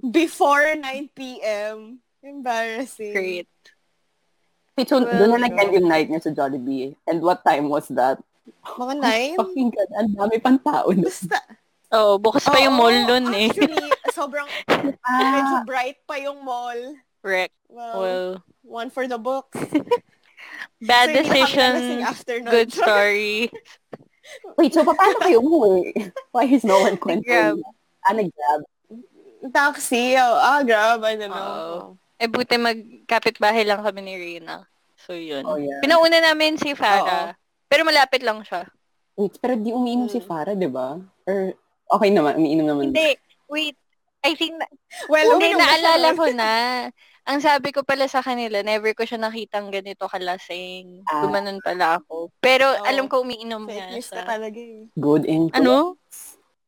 [SPEAKER 2] Before 9 p.m. Embarrassing.
[SPEAKER 3] Great.
[SPEAKER 1] Pichon,
[SPEAKER 2] Well,
[SPEAKER 1] doon na nag-end yung night niya sa Jollibee. And what time was that?
[SPEAKER 2] Mga 9?
[SPEAKER 1] Fucking God, ang dami pang tao. na-
[SPEAKER 2] Basta,
[SPEAKER 3] Oh, bukas pa yung
[SPEAKER 2] Oo,
[SPEAKER 3] mall nun eh.
[SPEAKER 2] Actually, sobrang medyo
[SPEAKER 3] Ah.
[SPEAKER 2] bright pa yung mall.
[SPEAKER 3] Correct.
[SPEAKER 2] Well,
[SPEAKER 3] Well,
[SPEAKER 2] one for the books.
[SPEAKER 3] bad
[SPEAKER 2] So, hindi kami nalasing
[SPEAKER 3] decision,
[SPEAKER 2] after nun.
[SPEAKER 3] good story.
[SPEAKER 1] Wait, so paano kayo umuwi? Why is no one kwentong? Ah, nag-grab.
[SPEAKER 2] Taxi. Oh, ah, grab. I don't know.
[SPEAKER 3] Oo. Eh, buti magkapit-bahay lang kami ni Rina. So, yun.
[SPEAKER 1] Oh, yeah.
[SPEAKER 3] Pinauna namin si Farah. Pero malapit lang siya.
[SPEAKER 1] Wait, pero di umiinom si
[SPEAKER 2] Mm.
[SPEAKER 1] Farah, di ba? Or, okay naman, umiinom naman.
[SPEAKER 3] Hmm. Hindi. Wait. I think, na-
[SPEAKER 2] Well,
[SPEAKER 3] hindi,
[SPEAKER 2] uminom na siya
[SPEAKER 3] naalala
[SPEAKER 2] nun.
[SPEAKER 3] ko na. Ang sabi ko pala sa kanila, never ko siya nakitang ganito kalasing.
[SPEAKER 1] Ah.
[SPEAKER 3] Gumanon pala ako. Pero
[SPEAKER 2] Oo.
[SPEAKER 3] alam ko umiinom
[SPEAKER 2] Fake
[SPEAKER 3] nga
[SPEAKER 2] news ka
[SPEAKER 3] siya.
[SPEAKER 2] talaga eh.
[SPEAKER 1] Good info.
[SPEAKER 3] Ano?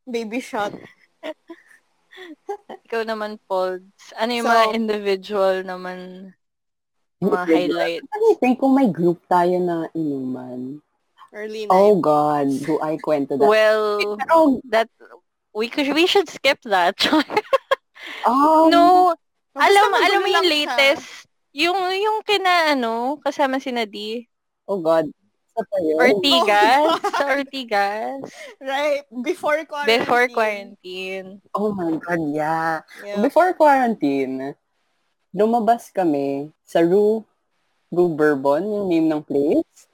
[SPEAKER 2] Baby shot.
[SPEAKER 3] Ikaw naman, Polds. Ano yung
[SPEAKER 2] So-
[SPEAKER 3] mga individual naman mga highlight?
[SPEAKER 1] Let me Ano, think kung may group tayo na inuman.
[SPEAKER 2] Early night.
[SPEAKER 1] Oh God, do I kwento that?
[SPEAKER 3] Well,
[SPEAKER 1] Pero,
[SPEAKER 3] that we could, we should skip that.
[SPEAKER 1] um,
[SPEAKER 3] no, alam mo,
[SPEAKER 2] Basta
[SPEAKER 3] alam
[SPEAKER 2] magulo
[SPEAKER 3] mo yung
[SPEAKER 2] lang siya.
[SPEAKER 3] latest, yung yung kina ano, kasama si Nadi,
[SPEAKER 1] oh God. Sa tayo.
[SPEAKER 3] Ortigas, sa Ortigas
[SPEAKER 2] Right. Before quarantine.
[SPEAKER 3] before quarantine.
[SPEAKER 1] Oh my God, yeah.
[SPEAKER 2] Yeah.
[SPEAKER 1] Before quarantine, lumabas kami sa Rue, Rue Bourbon, yung name ng place.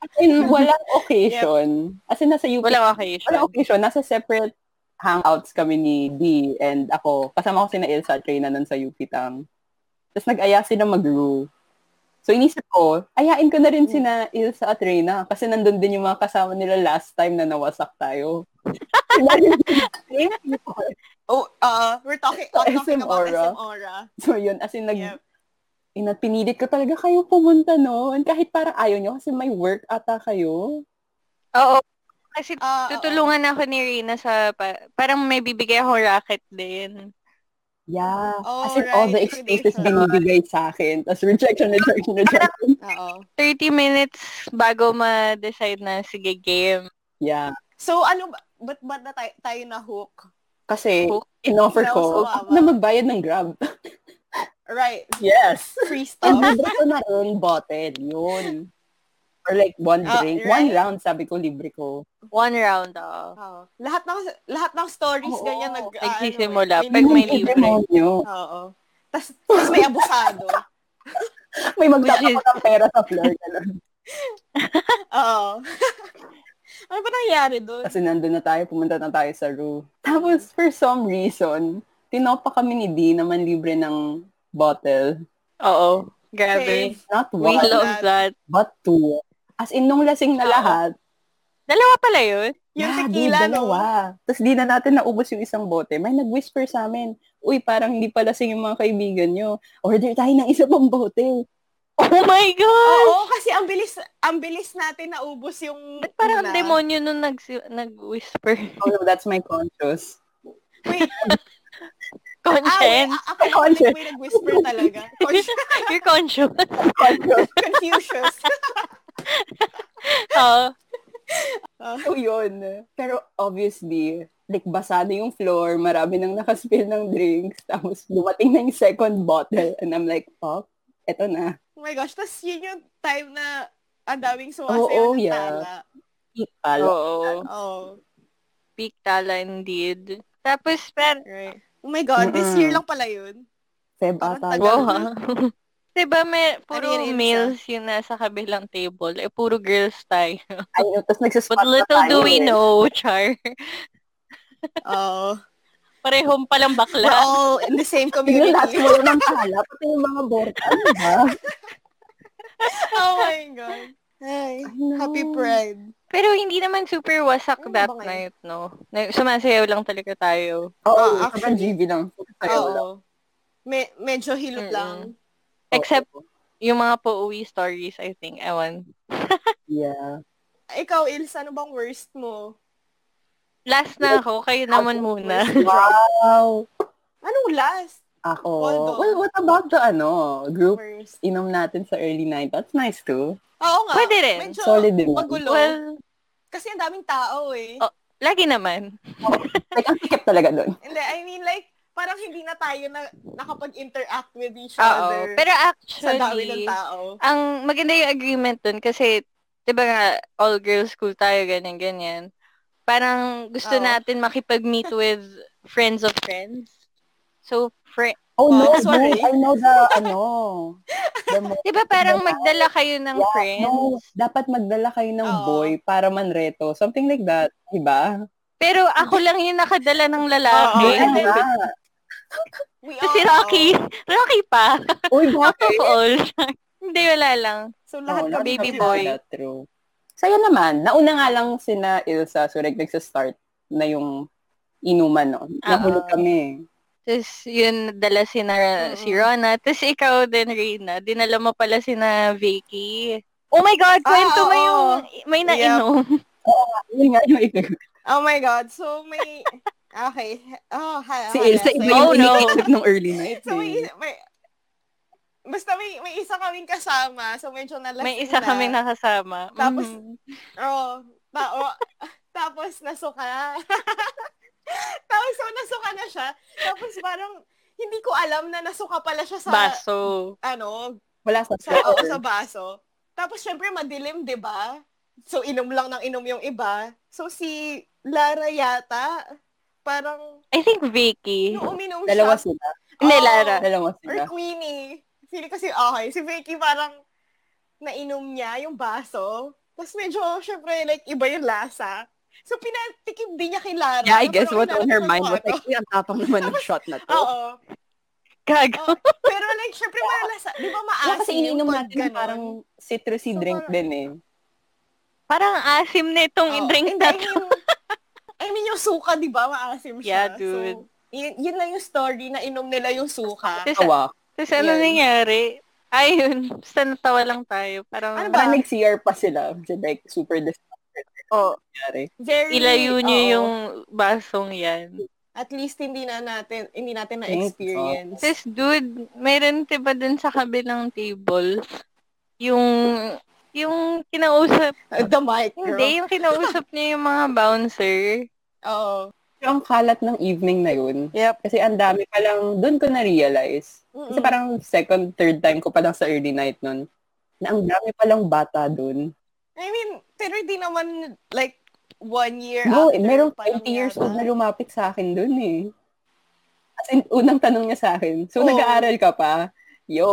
[SPEAKER 1] As in, walang occasion. As in, nasa UP.
[SPEAKER 3] Walang occasion.
[SPEAKER 1] walang occasion. Nasa separate hangouts kami ni D and ako. Kasama ko si na Ilsa at Reyna nun sa UP Tang. Tapos nag-aya sila mag So inisip ko, ayain ko na rin si na Ilsa at Reyna kasi nandun din yung mga kasama nila last time na nawasak tayo. Sila rin yung same people.
[SPEAKER 2] Oh, uh, we're talking,
[SPEAKER 1] Sa
[SPEAKER 2] I'm talking
[SPEAKER 1] SM
[SPEAKER 2] about
[SPEAKER 1] Aura.
[SPEAKER 2] SM Aura.
[SPEAKER 1] So yun, as in, nag,
[SPEAKER 2] Yep.
[SPEAKER 1] ina, pinilit ko talaga kayong pumunta noon. Kahit parang ayaw nyo kasi may work ata kayo.
[SPEAKER 3] Oo. Kasi
[SPEAKER 2] Ah, oo.
[SPEAKER 3] tutulungan ako ni Rina sa, pa- parang may bibigay akong racket din.
[SPEAKER 1] Yeah.
[SPEAKER 2] Oh,
[SPEAKER 1] as in, all
[SPEAKER 2] right,
[SPEAKER 1] the excuses
[SPEAKER 2] accommodation.
[SPEAKER 1] binibigay sa akin. Tapos rejection, rejection, rejection.
[SPEAKER 2] Oo.
[SPEAKER 3] 30 minutes bago ma-decide na, sige, game.
[SPEAKER 1] Yeah.
[SPEAKER 2] So, ano ba, ba't ba na tayo, tayo na hook?
[SPEAKER 1] Kasi,
[SPEAKER 3] Hook.
[SPEAKER 1] inoffer
[SPEAKER 2] Sell
[SPEAKER 1] ko,
[SPEAKER 2] sa
[SPEAKER 1] ako na magbayad ng grab.
[SPEAKER 2] Right.
[SPEAKER 1] Yes.
[SPEAKER 2] Free
[SPEAKER 3] Oh.
[SPEAKER 1] And
[SPEAKER 2] stuff.
[SPEAKER 1] libre ko na rin bottle. Yun. Or like, one
[SPEAKER 2] Ah,
[SPEAKER 1] drink.
[SPEAKER 2] right.
[SPEAKER 1] One round, sabi ko, libre ko.
[SPEAKER 3] One round, oh.
[SPEAKER 2] Oo. Lahat ng lahat ng stories
[SPEAKER 1] Oo.
[SPEAKER 2] ganyan nag ano eh,
[SPEAKER 3] Nagsisimula pag may
[SPEAKER 2] minimum.
[SPEAKER 3] libre.
[SPEAKER 1] Demonyo.
[SPEAKER 2] Oo. Tapos tas may abusado.
[SPEAKER 1] May
[SPEAKER 3] Which
[SPEAKER 1] magtatapos ng pera sa floor. ganun.
[SPEAKER 2] Oo. ano ba nangyari doon?
[SPEAKER 1] Kasi nandun na tayo, pumunta na tayo sa Rue. Tapos, for some reason, tinopa kami ni D naman libre ng bottle.
[SPEAKER 3] Oo. Grabe.
[SPEAKER 1] Not
[SPEAKER 3] We
[SPEAKER 1] one,
[SPEAKER 3] love that.
[SPEAKER 1] but two. As in, nung lasing na
[SPEAKER 2] Oo.
[SPEAKER 1] lahat,
[SPEAKER 3] Dalawa pala yun?
[SPEAKER 2] Yung
[SPEAKER 1] Yeah,
[SPEAKER 2] tequila,
[SPEAKER 1] dude,
[SPEAKER 2] no?
[SPEAKER 1] dalawa. Tapos di na natin naubos yung isang bote. May nag-whisper sa amin, uy, parang hindi pala sing yung mga kaibigan nyo. Order tayo ng isa pang bote.
[SPEAKER 3] Oh my God!
[SPEAKER 2] Oo, kasi ang bilis, ang bilis natin naubos yung...
[SPEAKER 3] Ba't parang ang
[SPEAKER 2] una.
[SPEAKER 3] demonyo nung nag, nag-whisper?
[SPEAKER 1] Oh, no, that's my conscious.
[SPEAKER 2] Wait, ah, wait,
[SPEAKER 3] Conscience?
[SPEAKER 2] a- ako yung
[SPEAKER 1] Conscience.
[SPEAKER 2] may nag-whisper talaga. Conscious,
[SPEAKER 3] You're conscious?
[SPEAKER 1] Conscious.
[SPEAKER 2] Confucius.
[SPEAKER 3] Oo.
[SPEAKER 2] Oh
[SPEAKER 1] so, yun. Pero obviously, like, basa na yung floor, marami nang nakaspill ng drinks. Tapos dumating na yung second bottle. And I'm like, oh, eto na.
[SPEAKER 2] Oh my gosh, tapos yun yung time na ang daming sumasayaw
[SPEAKER 1] Oo,
[SPEAKER 2] ng
[SPEAKER 1] yeah.
[SPEAKER 2] tala.
[SPEAKER 1] Ikal.
[SPEAKER 3] Oo.
[SPEAKER 2] Oh,
[SPEAKER 3] Peak tala indeed. Tapos, per,
[SPEAKER 2] right. Oh my God, this
[SPEAKER 1] Mm-mm.
[SPEAKER 2] year lang pala yun.
[SPEAKER 1] Feb
[SPEAKER 2] Parang
[SPEAKER 1] ata.
[SPEAKER 2] tagal.
[SPEAKER 3] wow ha? diba may puro
[SPEAKER 2] Ano yun, Ilsa?
[SPEAKER 3] males yung nasa kabilang table? Eh, puro girls tayo.
[SPEAKER 1] Ay, no, tapos nagsaspot
[SPEAKER 3] But
[SPEAKER 1] na
[SPEAKER 3] little
[SPEAKER 1] tayo
[SPEAKER 3] do we
[SPEAKER 1] eh.
[SPEAKER 3] know, Char.
[SPEAKER 2] Oh.
[SPEAKER 3] Parehong palang
[SPEAKER 2] We're
[SPEAKER 3] bakla.
[SPEAKER 2] all in the same
[SPEAKER 1] Biglang lahat
[SPEAKER 2] community.
[SPEAKER 1] mo ng pala, pati yung mga borta. Ano ba?
[SPEAKER 2] oh my God. Ay,
[SPEAKER 1] no.
[SPEAKER 2] happy pride.
[SPEAKER 3] Pero hindi naman super wasak
[SPEAKER 2] Ano
[SPEAKER 3] that
[SPEAKER 2] ba ngayon?
[SPEAKER 3] night, no? Na- Sumasayaw lang talaga tayo.
[SPEAKER 1] Oo,
[SPEAKER 2] Ah,
[SPEAKER 1] oh, sobrang GB
[SPEAKER 2] actually.
[SPEAKER 1] lang. Oo.
[SPEAKER 3] Oo.
[SPEAKER 2] Me- medyo hilot
[SPEAKER 3] Mm-mm.
[SPEAKER 2] lang.
[SPEAKER 3] Except yung mga pauwi stories, I think. Ewan.
[SPEAKER 1] Yeah.
[SPEAKER 2] Ikaw, Ilsa, ano bang worst mo?
[SPEAKER 3] Last na ako. Kayo naman muna.
[SPEAKER 1] Wow!
[SPEAKER 2] Anong last
[SPEAKER 1] Ako.
[SPEAKER 2] Although-
[SPEAKER 1] Well, what about the ano, group
[SPEAKER 2] worst?
[SPEAKER 1] inom natin sa early night? That's nice too.
[SPEAKER 2] Oo nga.
[SPEAKER 3] Pwede rin.
[SPEAKER 2] Medyo
[SPEAKER 1] Solid din.
[SPEAKER 2] magulo.
[SPEAKER 3] Well,
[SPEAKER 2] kasi ang daming tao eh.
[SPEAKER 3] Oh. lagi naman.
[SPEAKER 1] Like, ang sikip talaga doon.
[SPEAKER 2] Hindi, I mean like, parang hindi na tayo na nakapag-interact with each
[SPEAKER 3] Oo.
[SPEAKER 2] other.
[SPEAKER 3] Pero
[SPEAKER 2] sa dami ng
[SPEAKER 3] actually,
[SPEAKER 2] tao.
[SPEAKER 3] ang maganda yung agreement dun kasi, di ba nga, all girls school tayo, ganyan, ganyan. Parang
[SPEAKER 2] Oo.
[SPEAKER 3] gusto natin makipag-meet with friends of friends. So, fri-
[SPEAKER 1] Oh, no,
[SPEAKER 2] Oh,
[SPEAKER 1] dude.
[SPEAKER 2] sorry.
[SPEAKER 1] I know the, ano, the mo-
[SPEAKER 3] di ba parang magdala kayo ng
[SPEAKER 1] Yeah,
[SPEAKER 3] friends?
[SPEAKER 1] No, dapat magdala kayo ng
[SPEAKER 2] Oo.
[SPEAKER 1] boy para manreto. Something like that. Diba?
[SPEAKER 3] Pero ako lang yung nakadala ng lalaki.
[SPEAKER 2] Oo.
[SPEAKER 1] Ayun nga.
[SPEAKER 2] We all
[SPEAKER 3] Si
[SPEAKER 2] know.
[SPEAKER 3] Rocky, Rocky pa.
[SPEAKER 1] Uy, bakit?
[SPEAKER 3] Ako all. Hindi, wala lang.
[SPEAKER 2] So lahat
[SPEAKER 1] Oo,
[SPEAKER 2] ka
[SPEAKER 1] lahat
[SPEAKER 3] baby
[SPEAKER 1] ng
[SPEAKER 3] boy.
[SPEAKER 1] tao, True. Saya naman. Nauna nga lang sina Ilsa, Surek, nagsa-start na yung inuman, no? Nahulog
[SPEAKER 3] Oo.
[SPEAKER 1] kami.
[SPEAKER 3] Tapos yun, dala si, na,
[SPEAKER 2] Mm-mm.
[SPEAKER 3] si Rona. Tapos ikaw din, Rina. Dinala mo pala si na Vicky. Oh my God, kwento mo
[SPEAKER 2] Ah, oo.
[SPEAKER 3] yung may nainom.
[SPEAKER 1] Yun nga yung ito.
[SPEAKER 2] Oh my God. So may... Okay. Oh, hi.
[SPEAKER 1] Si
[SPEAKER 2] okay,
[SPEAKER 1] Ilsa, iba
[SPEAKER 2] so-
[SPEAKER 1] yung
[SPEAKER 3] Oh, no.
[SPEAKER 1] iniisip ng early night.
[SPEAKER 2] So may,
[SPEAKER 1] eh.
[SPEAKER 2] may, basta may, may isa kaming kasama. So medyo nalasing
[SPEAKER 3] May isa
[SPEAKER 2] na.
[SPEAKER 3] kaming nakasama.
[SPEAKER 2] Tapos,
[SPEAKER 3] Mhm.
[SPEAKER 2] Oo. Ta- o, tapos nasuka. tapos so nasuka na siya. Tapos parang hindi ko alam na nasuka pala siya sa
[SPEAKER 3] baso.
[SPEAKER 2] ano,
[SPEAKER 1] Wala sa
[SPEAKER 2] sa oo, sa baso. Tapos syempre madilim, 'di ba? So inom lang ng inom yung iba. So si Lara yata parang
[SPEAKER 3] I think Vicky.
[SPEAKER 2] nung uminom
[SPEAKER 1] Dalawa
[SPEAKER 2] siya.
[SPEAKER 1] sila.
[SPEAKER 3] Hindi,
[SPEAKER 2] Oo.
[SPEAKER 3] Lara.
[SPEAKER 1] Dalawa
[SPEAKER 2] Or
[SPEAKER 1] sila.
[SPEAKER 2] Queenie. Sili kasi okay. Si Vicky parang nainom niya yung baso. Tapos medyo, syempre, like, iba yung lasa. So, pinatikim din niya kay Lara.
[SPEAKER 1] Yeah, I
[SPEAKER 2] So,
[SPEAKER 1] guess
[SPEAKER 2] parang
[SPEAKER 1] what on her
[SPEAKER 2] inanap
[SPEAKER 1] mind
[SPEAKER 2] ko
[SPEAKER 1] was
[SPEAKER 2] ako. ano?
[SPEAKER 1] like, "Uy, ang tapang naman ng shot na to.
[SPEAKER 2] Oo.
[SPEAKER 3] Gago.
[SPEAKER 2] Oo. Pero like, syempre, malalasa. Di ba maasim?
[SPEAKER 1] Wala kasi iniinom
[SPEAKER 2] Pag
[SPEAKER 1] natin eh,
[SPEAKER 2] ganon.
[SPEAKER 1] parang citrusy
[SPEAKER 2] So,
[SPEAKER 1] drink
[SPEAKER 2] parang-
[SPEAKER 1] din eh.
[SPEAKER 3] Parang asim na itong
[SPEAKER 2] Oo.
[SPEAKER 3] i-drink
[SPEAKER 2] And
[SPEAKER 3] na
[SPEAKER 2] I mean, I mean, yung suka, di ba? Maasim siya.
[SPEAKER 3] Yeah, dude.
[SPEAKER 2] So, yun, yun lang yung story na inom nila yung suka.
[SPEAKER 3] Tapos,
[SPEAKER 1] Tawa.
[SPEAKER 3] tapos ano
[SPEAKER 2] Yun.
[SPEAKER 3] nangyari? Ayun, basta natawa lang tayo. Parang,
[SPEAKER 2] Ano ba?
[SPEAKER 1] Parang nag-CR pa sila. Like, super distracted.
[SPEAKER 3] Oh,
[SPEAKER 1] Nangyari.
[SPEAKER 2] Very,
[SPEAKER 3] ilayo niyo
[SPEAKER 2] oo.
[SPEAKER 3] yung basong yan.
[SPEAKER 2] At least, hindi na natin, hindi
[SPEAKER 1] Thank
[SPEAKER 2] natin na-experience.
[SPEAKER 3] Sis, dude, meron diba dun sa kabilang table? Yung, yung kinausap,
[SPEAKER 2] Uh, The mic, girl.
[SPEAKER 3] hindi, yung kinausap niya yung mga bouncer.
[SPEAKER 2] Oo.
[SPEAKER 1] Pero ang kalat ng evening na yun.
[SPEAKER 2] Yep. Mm.
[SPEAKER 1] Kasi ang dami palang, doon ko na-realize. Kasi
[SPEAKER 2] Mm-mm.
[SPEAKER 1] parang second, third time ko palang sa early night nun, na ang dami palang bata doon.
[SPEAKER 2] I mean, pero hindi naman, like, one year
[SPEAKER 1] No, eh,
[SPEAKER 2] after.
[SPEAKER 1] merong
[SPEAKER 2] pa lang
[SPEAKER 1] 20 years
[SPEAKER 2] yata.
[SPEAKER 1] old na lumapit sa akin doon eh. As in, unang tanong niya sa akin, so
[SPEAKER 2] Oh.
[SPEAKER 1] nag-aaral ka pa? Yo,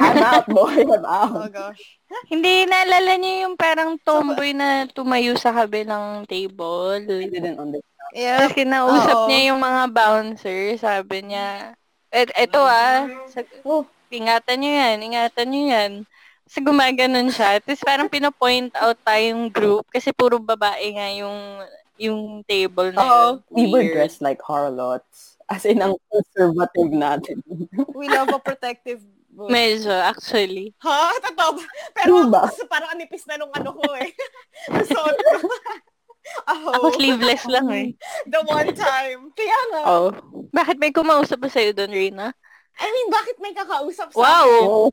[SPEAKER 1] I'm out, boy, I'm
[SPEAKER 2] Oh,
[SPEAKER 1] out.
[SPEAKER 2] gosh.
[SPEAKER 3] Hindi, naalala niyo yung parang tomboy na tumayo sa
[SPEAKER 1] I
[SPEAKER 3] kabilang table.
[SPEAKER 1] didn't understand.
[SPEAKER 2] Yeah.
[SPEAKER 3] Tapos kinausap
[SPEAKER 2] Oo.
[SPEAKER 3] niya yung mga bouncer, sabi niya, et eto ah, sa-
[SPEAKER 1] Oh,
[SPEAKER 3] ingatan niyo yan, ingatan niyo yan. Tapos gumaganon siya. Tapos parang pinapoint out tayong group kasi puro babae nga yung yung table na
[SPEAKER 2] Oo.
[SPEAKER 3] yun.
[SPEAKER 1] we were
[SPEAKER 3] Weird.
[SPEAKER 1] dressed like harlots. As in, ang conservative natin.
[SPEAKER 2] We love a protective book.
[SPEAKER 3] Medyo, actually.
[SPEAKER 2] ha? Totoo ba? Pero
[SPEAKER 1] True ba?
[SPEAKER 2] so, parang anipis na nung ano ko eh. so, oh,
[SPEAKER 3] Ako sleeveless lang eh.
[SPEAKER 2] the one time. Kaya nga.
[SPEAKER 3] Oh. Bakit may kumausap ba sa'yo doon, Rina?
[SPEAKER 2] I mean, bakit may kakausap sa
[SPEAKER 3] Wow! Oh.
[SPEAKER 1] Oh,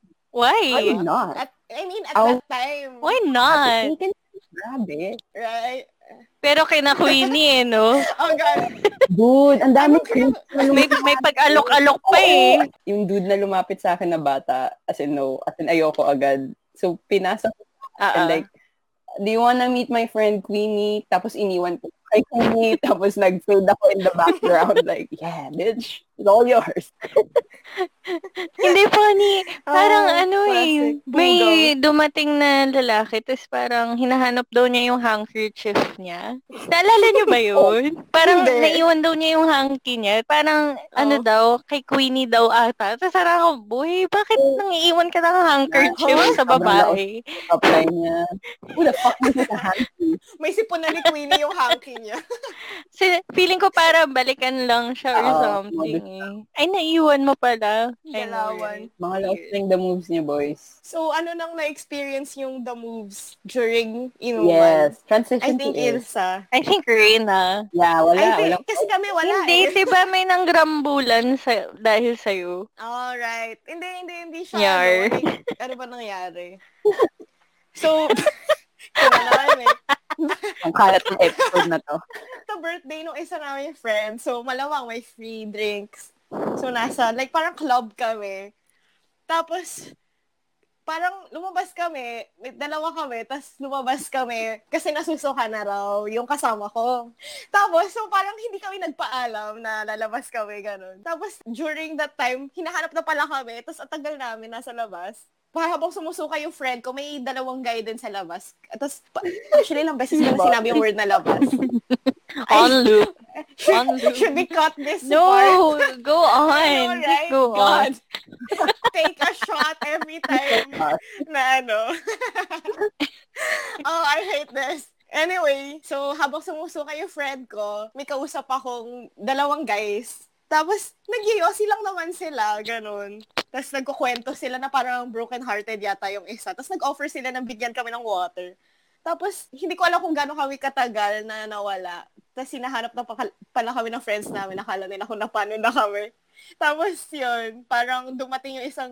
[SPEAKER 3] Why?
[SPEAKER 1] I'm not.
[SPEAKER 2] At, I mean, at
[SPEAKER 1] Ow.
[SPEAKER 2] that time.
[SPEAKER 3] Why not?
[SPEAKER 1] Taken, grabe.
[SPEAKER 2] Right?
[SPEAKER 3] Pero kina Queenie eh, no?
[SPEAKER 2] Oh, God.
[SPEAKER 1] Dude, ang dami
[SPEAKER 2] Ano kaya-
[SPEAKER 3] May, may pag-alok-alok pa eh.
[SPEAKER 1] Yung dude na lumapit sa akin na bata, as in no, as in ayoko agad. So, pinasa ko
[SPEAKER 3] Ah,
[SPEAKER 1] and
[SPEAKER 3] ah.
[SPEAKER 1] like, do you wanna meet my friend Queenie? Tapos iniwan ko kay Queenie, tapos nag-filled ako in the background. like, yeah, bitch. It's all yours.
[SPEAKER 3] Hindi funny. Parang
[SPEAKER 2] Oh,
[SPEAKER 3] ano eh,
[SPEAKER 2] classic.
[SPEAKER 3] may dumating na lalaki, tapos parang hinahanap daw niya yung handkerchief niya. Naalala niyo ba yun? Parang
[SPEAKER 2] Oh, Hindi.
[SPEAKER 3] naiwan daw niya yung hanky niya. Parang ano
[SPEAKER 2] Oh.
[SPEAKER 3] daw, kay Queenie daw ata. Tapos sarang ako, boy, bakit nang iiwan ka ng handkerchief
[SPEAKER 2] Oh.
[SPEAKER 3] sa babae?
[SPEAKER 1] Apply niya. Who the fuck is this a handkerchief?
[SPEAKER 2] May sipunan ni Queenie yung hanky niya.
[SPEAKER 3] Si- feeling ko para balikan lang siya or
[SPEAKER 1] Oo,
[SPEAKER 3] something. eh. Ay, naiwan mo pala. I know,
[SPEAKER 2] Galawan.
[SPEAKER 3] right?
[SPEAKER 1] Mga launching the moves niya, boys.
[SPEAKER 2] So, ano nang na-experience yung the moves during inuman?
[SPEAKER 1] Yes. Transition
[SPEAKER 2] I
[SPEAKER 1] to
[SPEAKER 2] think
[SPEAKER 1] it.
[SPEAKER 2] Ilsa.
[SPEAKER 3] I think Rina.
[SPEAKER 1] Yeah, wala.
[SPEAKER 2] I think,
[SPEAKER 1] wala.
[SPEAKER 2] kasi kami wala
[SPEAKER 3] Hindi,
[SPEAKER 2] eh.
[SPEAKER 3] di ba may nangrambulan sa, dahil sa'yo?
[SPEAKER 2] Alright. Hindi, hindi, hindi siya.
[SPEAKER 3] Yar.
[SPEAKER 2] Ano, like, ano ba nangyari? So, kaya naman eh.
[SPEAKER 1] Ang kalat ng episode na to.
[SPEAKER 2] Ito birthday nung isa namin friend. So, malawang may free drinks. So, nasa, like, parang club kami. Tapos, parang lumabas kami, may dalawa kami, tapos lumabas kami kasi nasusuka na raw yung kasama ko. Tapos, so parang hindi kami nagpaalam na lalabas kami, ganun. Tapos, during that time, hinahanap na pala kami, tapos ang tagal namin nasa labas. Pa- Habang sumusuka yung friend ko, may dalawang guy din sa labas. Tapos, pa- actually, ilang beses ko na sinabi yung word na labas.
[SPEAKER 3] On loop. On
[SPEAKER 2] Should,
[SPEAKER 3] loop.
[SPEAKER 2] should we cut this part?
[SPEAKER 3] No, go
[SPEAKER 2] I know,
[SPEAKER 3] on.
[SPEAKER 2] right?
[SPEAKER 3] Go on.
[SPEAKER 2] God. Take a shot every time na ano. oh, I hate this. Anyway, so habang sumusuka yung friend ko, may kausap akong dalawang guys. Tapos, nagyoyosi lang naman sila, ganun. Tapos nagkukwento sila na parang broken-hearted yata yung isa. Tapos nag-offer sila ng bigyan kami ng water. Tapos, hindi ko alam kung gano'ng kami katagal na nawala. Tapos sinahanap na pakal- pala kami ng friends namin. Nakala nila kung napano na kami. Tapos yun, parang dumating yung isang,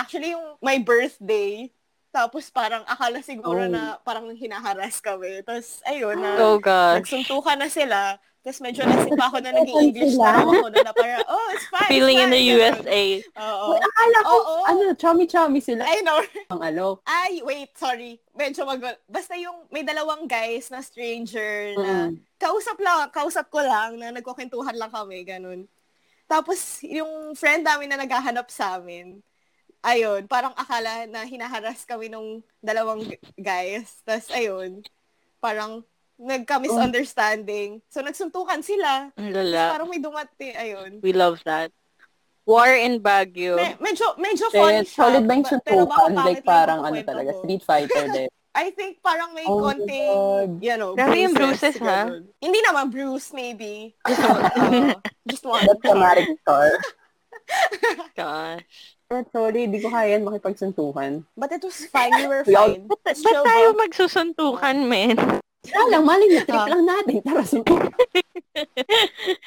[SPEAKER 2] actually yung my birthday. Tapos parang akala siguro
[SPEAKER 1] Oh.
[SPEAKER 2] na parang hinaharas kami. Tapos ayun na.
[SPEAKER 3] Oh, gosh.
[SPEAKER 2] Nagsuntukan na sila. Tapos medyo nasipa ako na naging English
[SPEAKER 1] Sila?
[SPEAKER 2] na ako na, na parang, oh, it's fine. it's
[SPEAKER 3] Feeling in
[SPEAKER 2] fine.
[SPEAKER 3] the USA.
[SPEAKER 2] Oo.
[SPEAKER 1] Uy, akala ko,
[SPEAKER 2] Oo.
[SPEAKER 1] ano, chummy-chummy sila. ano.
[SPEAKER 2] I know.
[SPEAKER 1] Ang alok.
[SPEAKER 2] Ay, wait, sorry. Medyo magol. Basta yung may dalawang guys na stranger
[SPEAKER 1] Mm.
[SPEAKER 2] na kausap lang, kausap ko lang na nagkukwentuhan lang kami, ganun. Tapos, yung friend namin na naghahanap sa amin, ayun, parang akala na hinaharas kami nung dalawang g- guys. Tapos, ayun, parang nagka-misunderstanding. So, nagsuntukan sila.
[SPEAKER 3] Ang
[SPEAKER 2] Tapos,
[SPEAKER 3] lala.
[SPEAKER 2] parang may dumati, ayun.
[SPEAKER 3] We love that. War in Baguio.
[SPEAKER 2] Me- medyo, medyo fun
[SPEAKER 1] Shit,
[SPEAKER 2] siya.
[SPEAKER 1] solid ba yung
[SPEAKER 2] ba- pero
[SPEAKER 1] suntukan?
[SPEAKER 2] mapapangit
[SPEAKER 1] Like,
[SPEAKER 2] lang yung
[SPEAKER 1] parang ano
[SPEAKER 2] kwento
[SPEAKER 1] talaga,
[SPEAKER 2] ko.
[SPEAKER 1] Street Fighter din.
[SPEAKER 2] I think parang may
[SPEAKER 1] Oh my
[SPEAKER 2] konting,
[SPEAKER 1] God.
[SPEAKER 2] you know,
[SPEAKER 3] Grabe yung bruises, ha?
[SPEAKER 2] ganun. Hindi naman bruise, maybe. Just, uh, just one.
[SPEAKER 1] That's traumatic scar.
[SPEAKER 3] Gosh.
[SPEAKER 1] But sorry, di ko kaya yan makipagsuntuhan.
[SPEAKER 2] But it was fine, we were
[SPEAKER 1] We all-
[SPEAKER 2] fine.
[SPEAKER 3] Ba't
[SPEAKER 2] Chill
[SPEAKER 3] ba't tayo
[SPEAKER 2] ba?
[SPEAKER 3] magsusuntukan, men?
[SPEAKER 1] Wala lang, maling na trip
[SPEAKER 2] Ah.
[SPEAKER 1] lang natin. Tara, suntukan.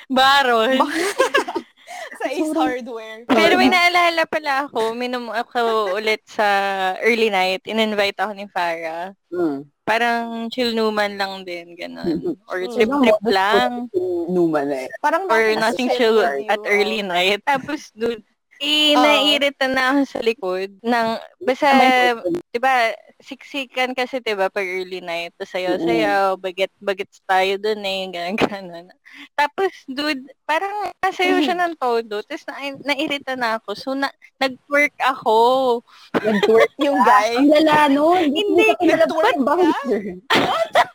[SPEAKER 3] Baron.
[SPEAKER 2] Sa Ace
[SPEAKER 1] Sobrang-
[SPEAKER 2] Hardware.
[SPEAKER 3] Pero may naalala pala ako, minum ako ulit sa early night. In-invite ako ni Farah.
[SPEAKER 1] Mm.
[SPEAKER 3] Parang chill numan lang din, ganun. Or
[SPEAKER 2] Mm.
[SPEAKER 3] trip-trip lang.
[SPEAKER 1] Numa na eh.
[SPEAKER 2] Parang
[SPEAKER 3] or
[SPEAKER 2] nasa-
[SPEAKER 3] nothing
[SPEAKER 2] nasa
[SPEAKER 3] chill
[SPEAKER 2] with you,
[SPEAKER 3] at
[SPEAKER 2] oh.
[SPEAKER 3] early night. Tapos, dude, eh,
[SPEAKER 2] Oo.
[SPEAKER 3] naiirita na ako sa likod ng, basta, di ba, siksikan kasi, di ba, pag early night, tapos sayaw-sayaw, baget-bagets tayo dun eh, ganun, ganun. Tapos, dude, parang nasayaw siya ng todo, tapos na, nairita na ako. So, na, nag-work ako.
[SPEAKER 1] Nag-twerk
[SPEAKER 2] Yung
[SPEAKER 1] guy. Ang
[SPEAKER 2] guy.
[SPEAKER 1] lala nun.
[SPEAKER 3] Hindi.
[SPEAKER 1] Nag-twerk
[SPEAKER 2] Nag-twerk
[SPEAKER 1] ba?
[SPEAKER 2] ka?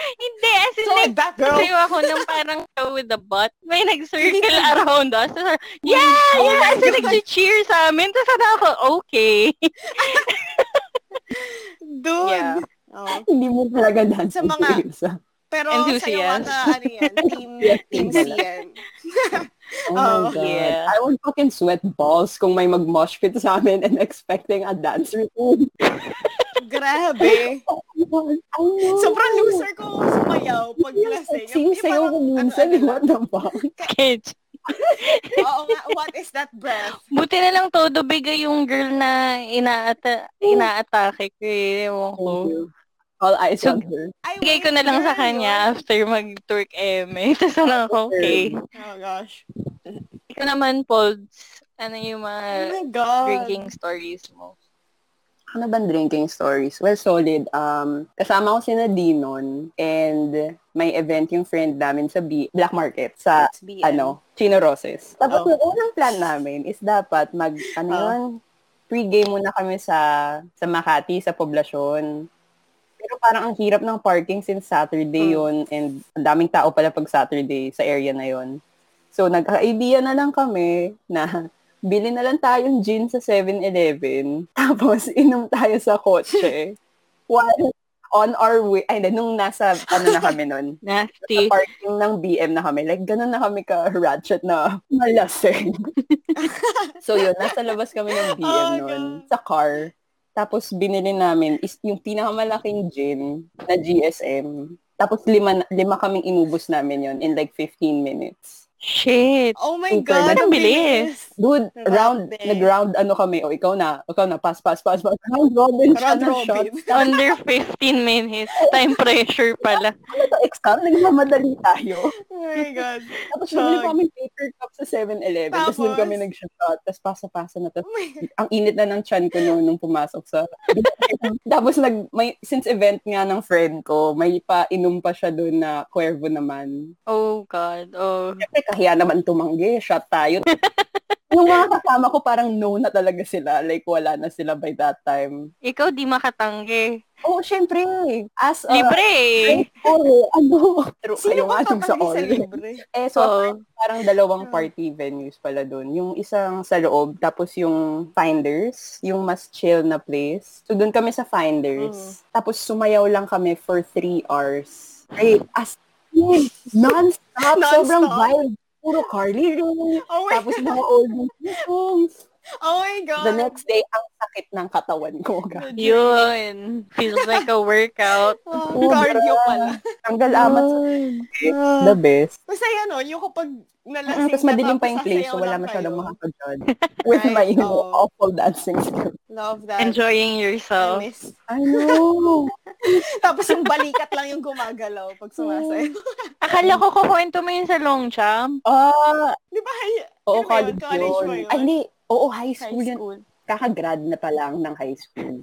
[SPEAKER 3] Hindi, as in,
[SPEAKER 2] So,
[SPEAKER 3] like,
[SPEAKER 2] that girl.
[SPEAKER 3] sayaw ako ng parang show with the butt. May nag-circle around us. Tapos, yeah,
[SPEAKER 2] Oh
[SPEAKER 3] yeah!
[SPEAKER 2] my
[SPEAKER 3] As in, nag-cheer sa amin. Tapos, ano ako, okay.
[SPEAKER 2] Dude.
[SPEAKER 3] Yeah.
[SPEAKER 2] Oh.
[SPEAKER 1] Hindi mo talaga dance.
[SPEAKER 2] Sa mga-
[SPEAKER 1] Sa,
[SPEAKER 2] Pero sa'yo
[SPEAKER 3] Enthusiast.
[SPEAKER 2] mga, ano yan, team,
[SPEAKER 1] Yes,
[SPEAKER 2] team
[SPEAKER 1] team
[SPEAKER 2] C
[SPEAKER 1] pala.
[SPEAKER 2] yan.
[SPEAKER 1] oh my
[SPEAKER 2] Oh,
[SPEAKER 1] God.
[SPEAKER 3] yeah.
[SPEAKER 1] I would fucking sweat balls kung may mag-mosh pit sa amin and expecting a dance routine.
[SPEAKER 2] Grabe.
[SPEAKER 1] Oh my God. I know.
[SPEAKER 2] Sobrang loser ko sumayaw pag lasing.
[SPEAKER 1] Sing
[SPEAKER 2] Eh,
[SPEAKER 1] sayo
[SPEAKER 2] parang,
[SPEAKER 1] ko minsan.
[SPEAKER 2] ano,
[SPEAKER 1] What the fuck?
[SPEAKER 3] Kids.
[SPEAKER 2] ano, Oo nga, what is that breath?
[SPEAKER 3] Buti na lang todo bigay yung girl na inaata
[SPEAKER 2] Oh.
[SPEAKER 3] inaatake ko eh. Ewan ko.
[SPEAKER 1] Thank you. All eyes
[SPEAKER 3] So,
[SPEAKER 1] on her.
[SPEAKER 2] Ay,
[SPEAKER 3] Bigay ko
[SPEAKER 2] wait,
[SPEAKER 3] na lang
[SPEAKER 2] girl,
[SPEAKER 3] sa
[SPEAKER 2] yun.
[SPEAKER 3] kanya after mag-Turk eme. Tapos ano ako, okay.
[SPEAKER 2] Oh gosh.
[SPEAKER 3] Ikaw naman, Pods. Ano yung mga
[SPEAKER 2] Oh my God.
[SPEAKER 3] drinking stories mo?
[SPEAKER 1] Ano bang drinking stories? Well, solid. Um, kasama ko si Nadinon and may event yung friend namin sa B- Black Market sa,
[SPEAKER 2] It's BM.
[SPEAKER 1] ano, Chino Roses. Tapos,
[SPEAKER 2] Oh.
[SPEAKER 1] yung unang plan namin is dapat mag, ano
[SPEAKER 2] Oh.
[SPEAKER 1] yun, pre-game muna kami sa, sa Makati, sa poblasyon. Pero parang ang hirap ng parking since Saturday
[SPEAKER 2] Mm.
[SPEAKER 1] yun and ang daming tao pala pag Saturday sa area na yun. So, nagka-idea na lang kami na bili na lang tayong gin sa 7-Eleven tapos inom tayo sa kotse while on our way. Ay, hindi, nung nasa, ano na kami nun, sa
[SPEAKER 3] Nasty.
[SPEAKER 1] parking ng BM na kami. Like, ganun na kami ka-ratchet na malasing. so, yun, nasa labas kami ng BM
[SPEAKER 2] Oh,
[SPEAKER 1] nun,
[SPEAKER 2] God.
[SPEAKER 1] sa car. Tapos, binili namin is yung pinakamalaking gin na GSM. Tapos, lima, lima kaming inubos namin yun in like 15 minutes.
[SPEAKER 3] Shit.
[SPEAKER 2] Oh my
[SPEAKER 1] Super.
[SPEAKER 2] God.
[SPEAKER 1] Ang
[SPEAKER 3] bilis.
[SPEAKER 1] Dude,
[SPEAKER 2] Grabe.
[SPEAKER 1] round, nag-round ano kami. O, ikaw na. Ikaw na. Pass, pass, pass. pass. Round robin. siya
[SPEAKER 2] Round
[SPEAKER 1] ng
[SPEAKER 2] robin.
[SPEAKER 1] shots.
[SPEAKER 3] Under 15 minutes. Time pressure pala.
[SPEAKER 1] Ano to, exam? Nagmamadali tayo.
[SPEAKER 2] Oh my God.
[SPEAKER 1] Tapos bumili
[SPEAKER 2] Chug.
[SPEAKER 1] pa kami paper cup sa 7-Eleven. Tapos doon
[SPEAKER 2] Tapos?
[SPEAKER 1] kami nag-shot. Tapos pasa-pasa na. Tapos
[SPEAKER 2] Oh my God.
[SPEAKER 1] ang init na ng chan ko noon nung pumasok sa... Tapos nag, may, since event nga ng friend ko, may pa-inom pa siya doon na Cuervo naman.
[SPEAKER 3] Oh God. Oh.
[SPEAKER 1] Siyempre, kahiya naman tumanggi. Shot tayo. Yung mga kasama ko, parang no na talaga sila. Like, wala na sila by that time.
[SPEAKER 3] Ikaw di makatanggi.
[SPEAKER 1] Oh, syempre. As a...
[SPEAKER 3] Libre eh.
[SPEAKER 1] Ay, sorry, ano? True,
[SPEAKER 2] Sino
[SPEAKER 1] kayo nga
[SPEAKER 2] ba
[SPEAKER 1] dun sa
[SPEAKER 2] tatanggi sa
[SPEAKER 1] all.
[SPEAKER 2] libre?
[SPEAKER 1] Eh, so,
[SPEAKER 3] So,
[SPEAKER 1] parang dalawang
[SPEAKER 2] Ah.
[SPEAKER 1] party venues pala doon. Yung isang sa loob, tapos yung Finders, yung mas chill na place. So, doon kami sa Finders.
[SPEAKER 2] Hmm.
[SPEAKER 1] Tapos, sumayaw lang kami for three hours. Ay, as in, non-stop,
[SPEAKER 2] Non-stop.
[SPEAKER 1] sobrang wild. Puro Carly Rae.
[SPEAKER 2] Oh my,
[SPEAKER 1] Tapos, mga old songs.
[SPEAKER 2] oh my God.
[SPEAKER 1] The next day, ang sakit ng katawan ko. guys.
[SPEAKER 3] eh. yun. Feels like a workout.
[SPEAKER 2] Oh,
[SPEAKER 1] Sobra.
[SPEAKER 2] cardio pala. Ah.
[SPEAKER 1] Tanggal amat sa the best.
[SPEAKER 2] Masaya nun, yung kapag nalasing
[SPEAKER 1] Tapos
[SPEAKER 2] na,
[SPEAKER 1] madilim pa
[SPEAKER 2] tapos
[SPEAKER 1] yung place, so
[SPEAKER 2] sasayaw
[SPEAKER 1] wala
[SPEAKER 2] lang
[SPEAKER 1] masyadong
[SPEAKER 2] kayo.
[SPEAKER 1] makakajudge. With my
[SPEAKER 2] Right,
[SPEAKER 1] you know,
[SPEAKER 2] oo.
[SPEAKER 1] awful dancing skills.
[SPEAKER 2] Love that.
[SPEAKER 3] Enjoying
[SPEAKER 2] I
[SPEAKER 3] yourself.
[SPEAKER 2] miss.
[SPEAKER 1] I know.
[SPEAKER 2] Tapos yung balikat lang yung gumagalaw
[SPEAKER 1] Mm.
[SPEAKER 2] pag sumasayaw.
[SPEAKER 3] Akala ko kukwento mo yun sa Longchamp.
[SPEAKER 1] Ah,
[SPEAKER 2] Di ba? Ay,
[SPEAKER 1] oo,
[SPEAKER 2] Ano ba yun?
[SPEAKER 1] college,
[SPEAKER 2] College ba
[SPEAKER 1] yun.
[SPEAKER 2] yun?
[SPEAKER 1] Ay, hindi. Oo, high
[SPEAKER 2] High
[SPEAKER 1] school, yun.
[SPEAKER 2] school.
[SPEAKER 1] Kakagrad na pa lang ng high school.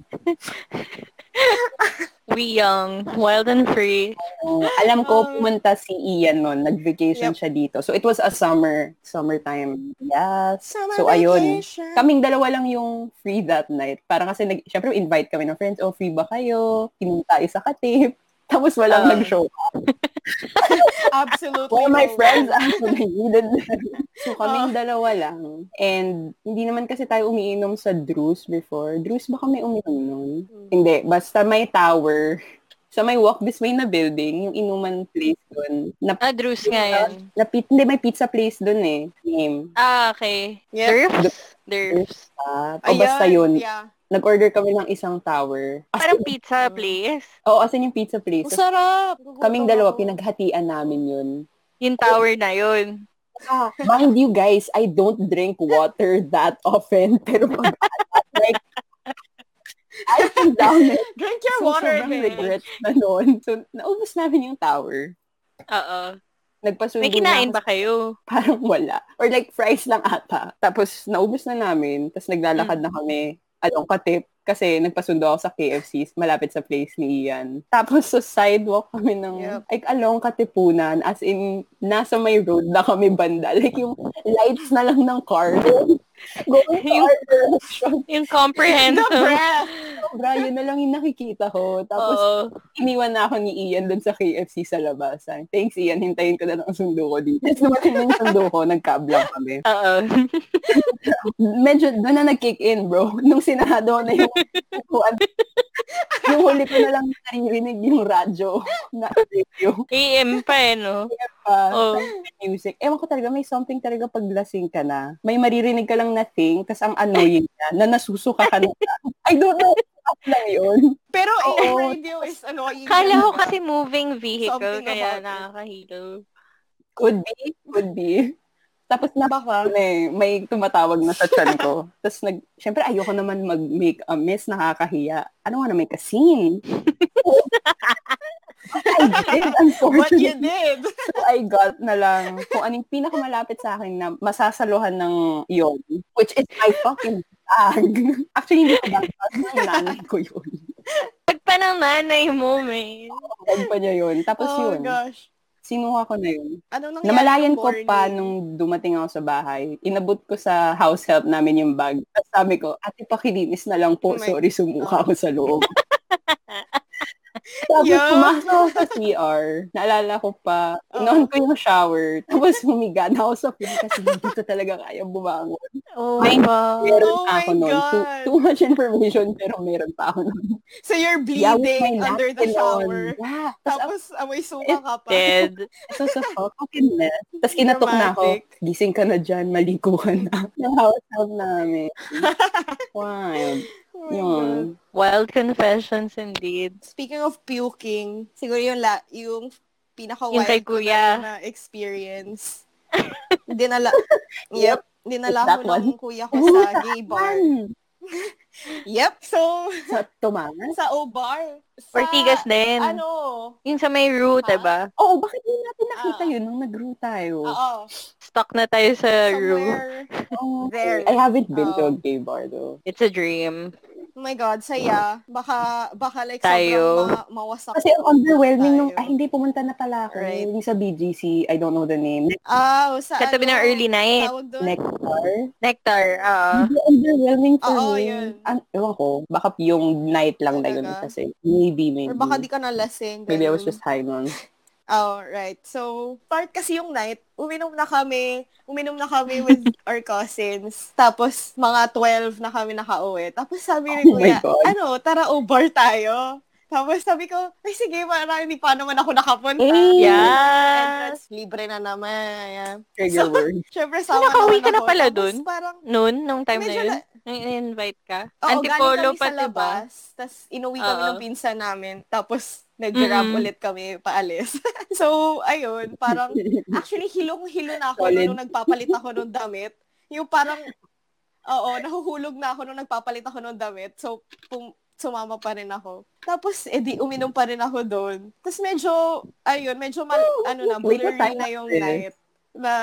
[SPEAKER 3] We young, wild and free.
[SPEAKER 1] Oo, alam ko,
[SPEAKER 2] Um,
[SPEAKER 1] pumunta si Ian noon. Nag-vacation
[SPEAKER 2] Yep.
[SPEAKER 1] siya dito. So, it was a summer, summertime. Yes.
[SPEAKER 2] Summer
[SPEAKER 1] so, ayun.
[SPEAKER 2] vacation.
[SPEAKER 1] Kaming dalawa lang yung free that night. Parang kasi, nag, syempre, invite kami ng friends. Oh, free ba kayo? Kinung tayo sa katip. Tapos, walang
[SPEAKER 2] Um,
[SPEAKER 3] Ah.
[SPEAKER 1] nag-show.
[SPEAKER 2] Absolutely.
[SPEAKER 1] All my
[SPEAKER 2] no.
[SPEAKER 1] friends actually needed them. So, kaming dalawa lang. And hindi naman kasi tayo umiinom sa Drews before. Drews, baka may uminom nun?
[SPEAKER 2] Mm.
[SPEAKER 1] Hindi. Basta may tower. Sa may walk this way na building, yung inuman place doon. Na,
[SPEAKER 3] Ah, Drews nga yun.
[SPEAKER 1] na, pi- hindi, may pizza place doon eh. Name.
[SPEAKER 3] Ah, okay.
[SPEAKER 2] Yep.
[SPEAKER 3] Durfs? Durfs.
[SPEAKER 1] Ah, o
[SPEAKER 2] Ayun,
[SPEAKER 1] basta yun.
[SPEAKER 2] Yeah.
[SPEAKER 1] Nag-order kami ng isang tower. As
[SPEAKER 3] Parang
[SPEAKER 1] in-
[SPEAKER 3] pizza place.
[SPEAKER 1] Oo, asan yung pizza place?
[SPEAKER 2] Ang sarap.
[SPEAKER 1] Kaming dalawa,
[SPEAKER 2] Gutom ako.
[SPEAKER 1] pinaghatian namin yun.
[SPEAKER 3] Yung tower na yun.
[SPEAKER 1] Ah, mind you guys, I don't drink water that often. Pero pag like, I fell down it.
[SPEAKER 2] Drink your
[SPEAKER 1] So,
[SPEAKER 2] water,
[SPEAKER 1] sobrang
[SPEAKER 2] babe.
[SPEAKER 1] regret na noon. So, naubos namin yung tower.
[SPEAKER 3] Oo.
[SPEAKER 1] Nagpasundo
[SPEAKER 3] May kinain
[SPEAKER 1] na ako,
[SPEAKER 3] ba kayo?
[SPEAKER 1] parang wala. Or like, fries lang ata. Tapos, naubos na namin. Tapos, naglalakad na kami along katip. Kasi, nagpasundo ako sa KFC, malapit sa place ni Ian. Tapos, sa sidewalk kami ng,
[SPEAKER 2] Yep.
[SPEAKER 1] like, along katipunan. As in, nasa may road na kami banda. Like, yung lights na lang ng car. Going to our direction.
[SPEAKER 3] Yung
[SPEAKER 2] The
[SPEAKER 3] comprehensive.
[SPEAKER 2] breath.
[SPEAKER 1] Sobra, yun na lang yung nakikita ko. Tapos,
[SPEAKER 3] Oo.
[SPEAKER 1] iniwan na ako ni Ian dun sa KFC sa labas. Sabi, Thanks, Ian. Hintayin ko na lang ang sundo ko dito. Tapos dumating na yung sundo ko, nagkablang kami.
[SPEAKER 3] Oo.
[SPEAKER 1] Medyo doon na nag-kick in, bro. Nung sinado ko na yung upuan. yung huli ko na lang naririnig yung radyo na radio
[SPEAKER 3] AM pa eh, no?
[SPEAKER 1] pa
[SPEAKER 3] Oo.
[SPEAKER 1] music. Ewan ko talaga, may something talaga pag lasing ka na. May maririnig ka lang na thing, tas ang annoying niya, na nasusuka ka na. I don't know. Up lang yun.
[SPEAKER 2] Pero
[SPEAKER 1] Oo.
[SPEAKER 2] AM radio is annoying.
[SPEAKER 3] Kala ko kasi moving vehicle,
[SPEAKER 2] Something about
[SPEAKER 3] kaya
[SPEAKER 2] it.
[SPEAKER 3] nakakahilo.
[SPEAKER 1] Could be, could be. Tapos na
[SPEAKER 2] Baka.
[SPEAKER 1] eh, may tumatawag na sa chan ko. Tapos nag, syempre ayoko naman mag-make a mess, nakakahiya. Ano I don't wanna make a scene. I did,
[SPEAKER 2] What you
[SPEAKER 1] unfortunately.
[SPEAKER 2] did.
[SPEAKER 1] So I got na ano lang kung anong pinakamalapit sa akin na masasaluhan ng yon which is my fucking bag. Actually, hindi ko bag. Yung nanay ko yun.
[SPEAKER 3] Pag pa ng nanay mo, man.
[SPEAKER 1] Bag pa niya yun. Tapos
[SPEAKER 2] oh,
[SPEAKER 1] yun,
[SPEAKER 2] gosh.
[SPEAKER 1] sinuha ko na yun.
[SPEAKER 2] Ano nangyari?
[SPEAKER 1] Namalayan
[SPEAKER 2] nung
[SPEAKER 1] ko pa
[SPEAKER 2] morning?
[SPEAKER 1] nung dumating ako sa bahay. Inabot ko sa house help namin yung bag. Tapos sabi ko, ate, pakilinis na lang po.
[SPEAKER 2] Oh my-
[SPEAKER 1] Sorry, sumuka ako sa loob. Sabi
[SPEAKER 2] Yeah.
[SPEAKER 1] ko, pumasok ako sa CR. Naalala ko pa,
[SPEAKER 2] Oh.
[SPEAKER 1] noon ko yung shower. Tapos humiga na ako sa pool kasi hindi ko talaga kaya bumangon.
[SPEAKER 3] Oh,
[SPEAKER 1] Ay,
[SPEAKER 3] wow.
[SPEAKER 1] Meron
[SPEAKER 2] Oh
[SPEAKER 1] pa ako
[SPEAKER 2] my
[SPEAKER 1] noon. Too,
[SPEAKER 2] God.
[SPEAKER 1] too much information, pero meron pa ako noon.
[SPEAKER 2] So you're
[SPEAKER 1] Yeah, with
[SPEAKER 2] bleeding
[SPEAKER 1] my
[SPEAKER 2] under the
[SPEAKER 1] napkin
[SPEAKER 2] shower.
[SPEAKER 1] on. Yeah. Tapos,
[SPEAKER 2] Tapos amoy suka ka pa.
[SPEAKER 3] Dead.
[SPEAKER 1] so, so, so, na. Tapos kinatok na ako.
[SPEAKER 2] Dramatic.
[SPEAKER 1] gising ka na dyan, malikuhan na. Ng house help namin. Wild.
[SPEAKER 2] Oh my God.
[SPEAKER 1] Yun.
[SPEAKER 3] Wild confessions indeed.
[SPEAKER 2] Speaking of puking, siguro yung, la, yung pinaka-wild
[SPEAKER 3] Yung kay
[SPEAKER 2] ko
[SPEAKER 3] Kuya.
[SPEAKER 2] na, na experience. Dinala, yep,
[SPEAKER 1] Yep, it's
[SPEAKER 2] dinala
[SPEAKER 1] that
[SPEAKER 2] ko lang
[SPEAKER 1] one.
[SPEAKER 2] yung kuya ko sa gay bar.
[SPEAKER 1] One.
[SPEAKER 2] Yep, so,
[SPEAKER 1] Sa Tomas?
[SPEAKER 2] sa O-bar. Sa,
[SPEAKER 3] Ortigas din.
[SPEAKER 2] Ano?
[SPEAKER 3] Yung sa may root,
[SPEAKER 2] Ha?
[SPEAKER 3] diba?
[SPEAKER 1] Oo, oh, bakit hindi natin nakita
[SPEAKER 2] Ah.
[SPEAKER 1] yun nung nag-grew tayo?
[SPEAKER 2] Oo.
[SPEAKER 3] diba? Stuck na tayo sa root.
[SPEAKER 2] Somewhere.
[SPEAKER 1] Oo.
[SPEAKER 2] There.
[SPEAKER 1] I haven't been to a
[SPEAKER 2] Oo.
[SPEAKER 1] gay bar though.
[SPEAKER 3] It's a dream.
[SPEAKER 2] Oh my God, saya. Baka, baka like
[SPEAKER 3] Tayo.
[SPEAKER 2] sobrang ma- mawasak.
[SPEAKER 1] Kasi ang underwhelming nung,
[SPEAKER 2] Tayo.
[SPEAKER 1] ay hindi pumunta na pala ako.
[SPEAKER 3] Right.
[SPEAKER 1] Yung sa BGC, I don't know the name. Next,
[SPEAKER 2] Ah, sa
[SPEAKER 3] Katabi
[SPEAKER 2] ano,
[SPEAKER 3] ng early night.
[SPEAKER 2] Tawag doon?
[SPEAKER 1] next bar.
[SPEAKER 3] Nectar. ah.
[SPEAKER 1] Hindi underwhelming for
[SPEAKER 2] Oo,
[SPEAKER 1] me.
[SPEAKER 2] yun.
[SPEAKER 1] An- ewan ko, baka yung night lang na yun
[SPEAKER 2] Talaga?
[SPEAKER 1] kasi. Maybe, maybe.
[SPEAKER 2] Or baka di ka nalasing.
[SPEAKER 1] maybe I was
[SPEAKER 2] ganun.
[SPEAKER 1] just high nun.
[SPEAKER 2] Oh, right. So, part kasi yung night, uminom na kami, uminom na kami with our cousins. Tapos, mga 12 na kami nakauwi. Tapos sabi ni
[SPEAKER 1] Oh my
[SPEAKER 2] Kuya,
[SPEAKER 1] God.
[SPEAKER 2] ano, tara, over tayo. Tapos sabi ko, ay sige, parang hindi pa naman ako nakapunta.
[SPEAKER 1] Eh,
[SPEAKER 2] And
[SPEAKER 3] Yeah.
[SPEAKER 2] that's libre na naman. Ayan.
[SPEAKER 1] Trigger word.
[SPEAKER 2] Syempre, sama
[SPEAKER 3] nakauwi
[SPEAKER 2] naman
[SPEAKER 3] ka na
[SPEAKER 2] ako.
[SPEAKER 3] pala
[SPEAKER 2] Tapos
[SPEAKER 3] dun?
[SPEAKER 2] parang,
[SPEAKER 3] Noon, nung time na
[SPEAKER 2] medyo
[SPEAKER 3] yun.
[SPEAKER 2] na,
[SPEAKER 3] Nung in-invite ka.
[SPEAKER 2] oo,
[SPEAKER 3] Antipolo
[SPEAKER 2] galing kami
[SPEAKER 3] pa,
[SPEAKER 2] sa
[SPEAKER 3] diba?
[SPEAKER 2] labas. Tapos, inuwi kami
[SPEAKER 3] Oo.
[SPEAKER 2] ng pinsan namin. Tapos, nag-grab
[SPEAKER 3] Mm-mm.
[SPEAKER 2] ulit kami paalis. so, ayun, parang, Actually, hilong-hilo na ako
[SPEAKER 1] Solid.
[SPEAKER 2] nung nagpapalit ako ng damit. Yung parang, oo, nahuhulog na ako nung nagpapalit ako ng damit. So, pum- sumama pa rin ako. Tapos, edi, uminom pa rin ako doon. Tapos medyo, ayun, medyo, mal- ano na,
[SPEAKER 1] wait,
[SPEAKER 2] blurry
[SPEAKER 1] what time
[SPEAKER 2] na yung
[SPEAKER 3] eh.
[SPEAKER 1] was it?
[SPEAKER 2] night. Na,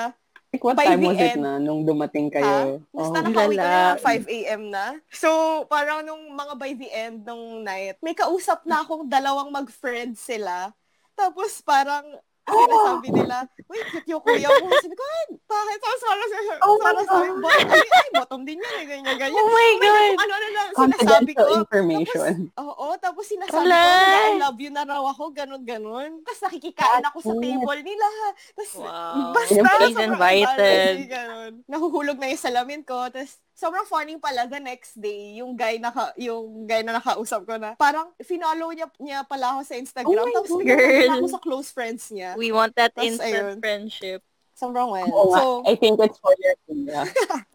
[SPEAKER 1] Like, what
[SPEAKER 2] By
[SPEAKER 1] time
[SPEAKER 2] the
[SPEAKER 1] was it
[SPEAKER 2] end.
[SPEAKER 1] na nung dumating kayo?
[SPEAKER 2] basta
[SPEAKER 1] Oh.
[SPEAKER 2] nakauwi ko na
[SPEAKER 3] lala.
[SPEAKER 2] ng 5 a.m. na. So, parang nung mga by the end ng night, may kausap na akong dalawang mag-friend sila. Tapos parang, sinasabi nila, wait, cute yung kuya mo. Sabi ko, "Ah, bakit? Tapos parang, sabi-
[SPEAKER 1] Oh my
[SPEAKER 2] parang sabi,
[SPEAKER 1] God.
[SPEAKER 2] bottom, ay, ay, bottom din yan, eh, ganyan, ganyan.
[SPEAKER 3] Oh my God!
[SPEAKER 2] Ano, ano lang, sinasabi ko.
[SPEAKER 1] Confidential information.
[SPEAKER 2] Tapos, oo, tapos sinasabi
[SPEAKER 3] Wala.
[SPEAKER 2] ko, na I love you na raw ako, ganun, ganun. Tapos nakikikain ako sa
[SPEAKER 1] Cute.
[SPEAKER 2] table nila. Tapos,
[SPEAKER 3] Wow.
[SPEAKER 2] Basta,
[SPEAKER 3] He's
[SPEAKER 2] sobrang
[SPEAKER 3] invited.
[SPEAKER 2] embarrassing, ganun. Nahuhulog na yung salamin ko. Tapos, sobrang funny pala the next day, yung guy na, ka, yung guy na nakausap ko na, parang, finollow niya, niya pala ako sa Instagram.
[SPEAKER 1] Oh my
[SPEAKER 2] tapos,
[SPEAKER 1] God.
[SPEAKER 2] pinunta
[SPEAKER 3] Girl.
[SPEAKER 2] ako sa close friends niya.
[SPEAKER 3] We want that
[SPEAKER 2] Tapos, ayun.
[SPEAKER 3] instant friendship.
[SPEAKER 2] Sobrang well.
[SPEAKER 1] Oo nga.
[SPEAKER 2] so,
[SPEAKER 1] I think it's for your kuya.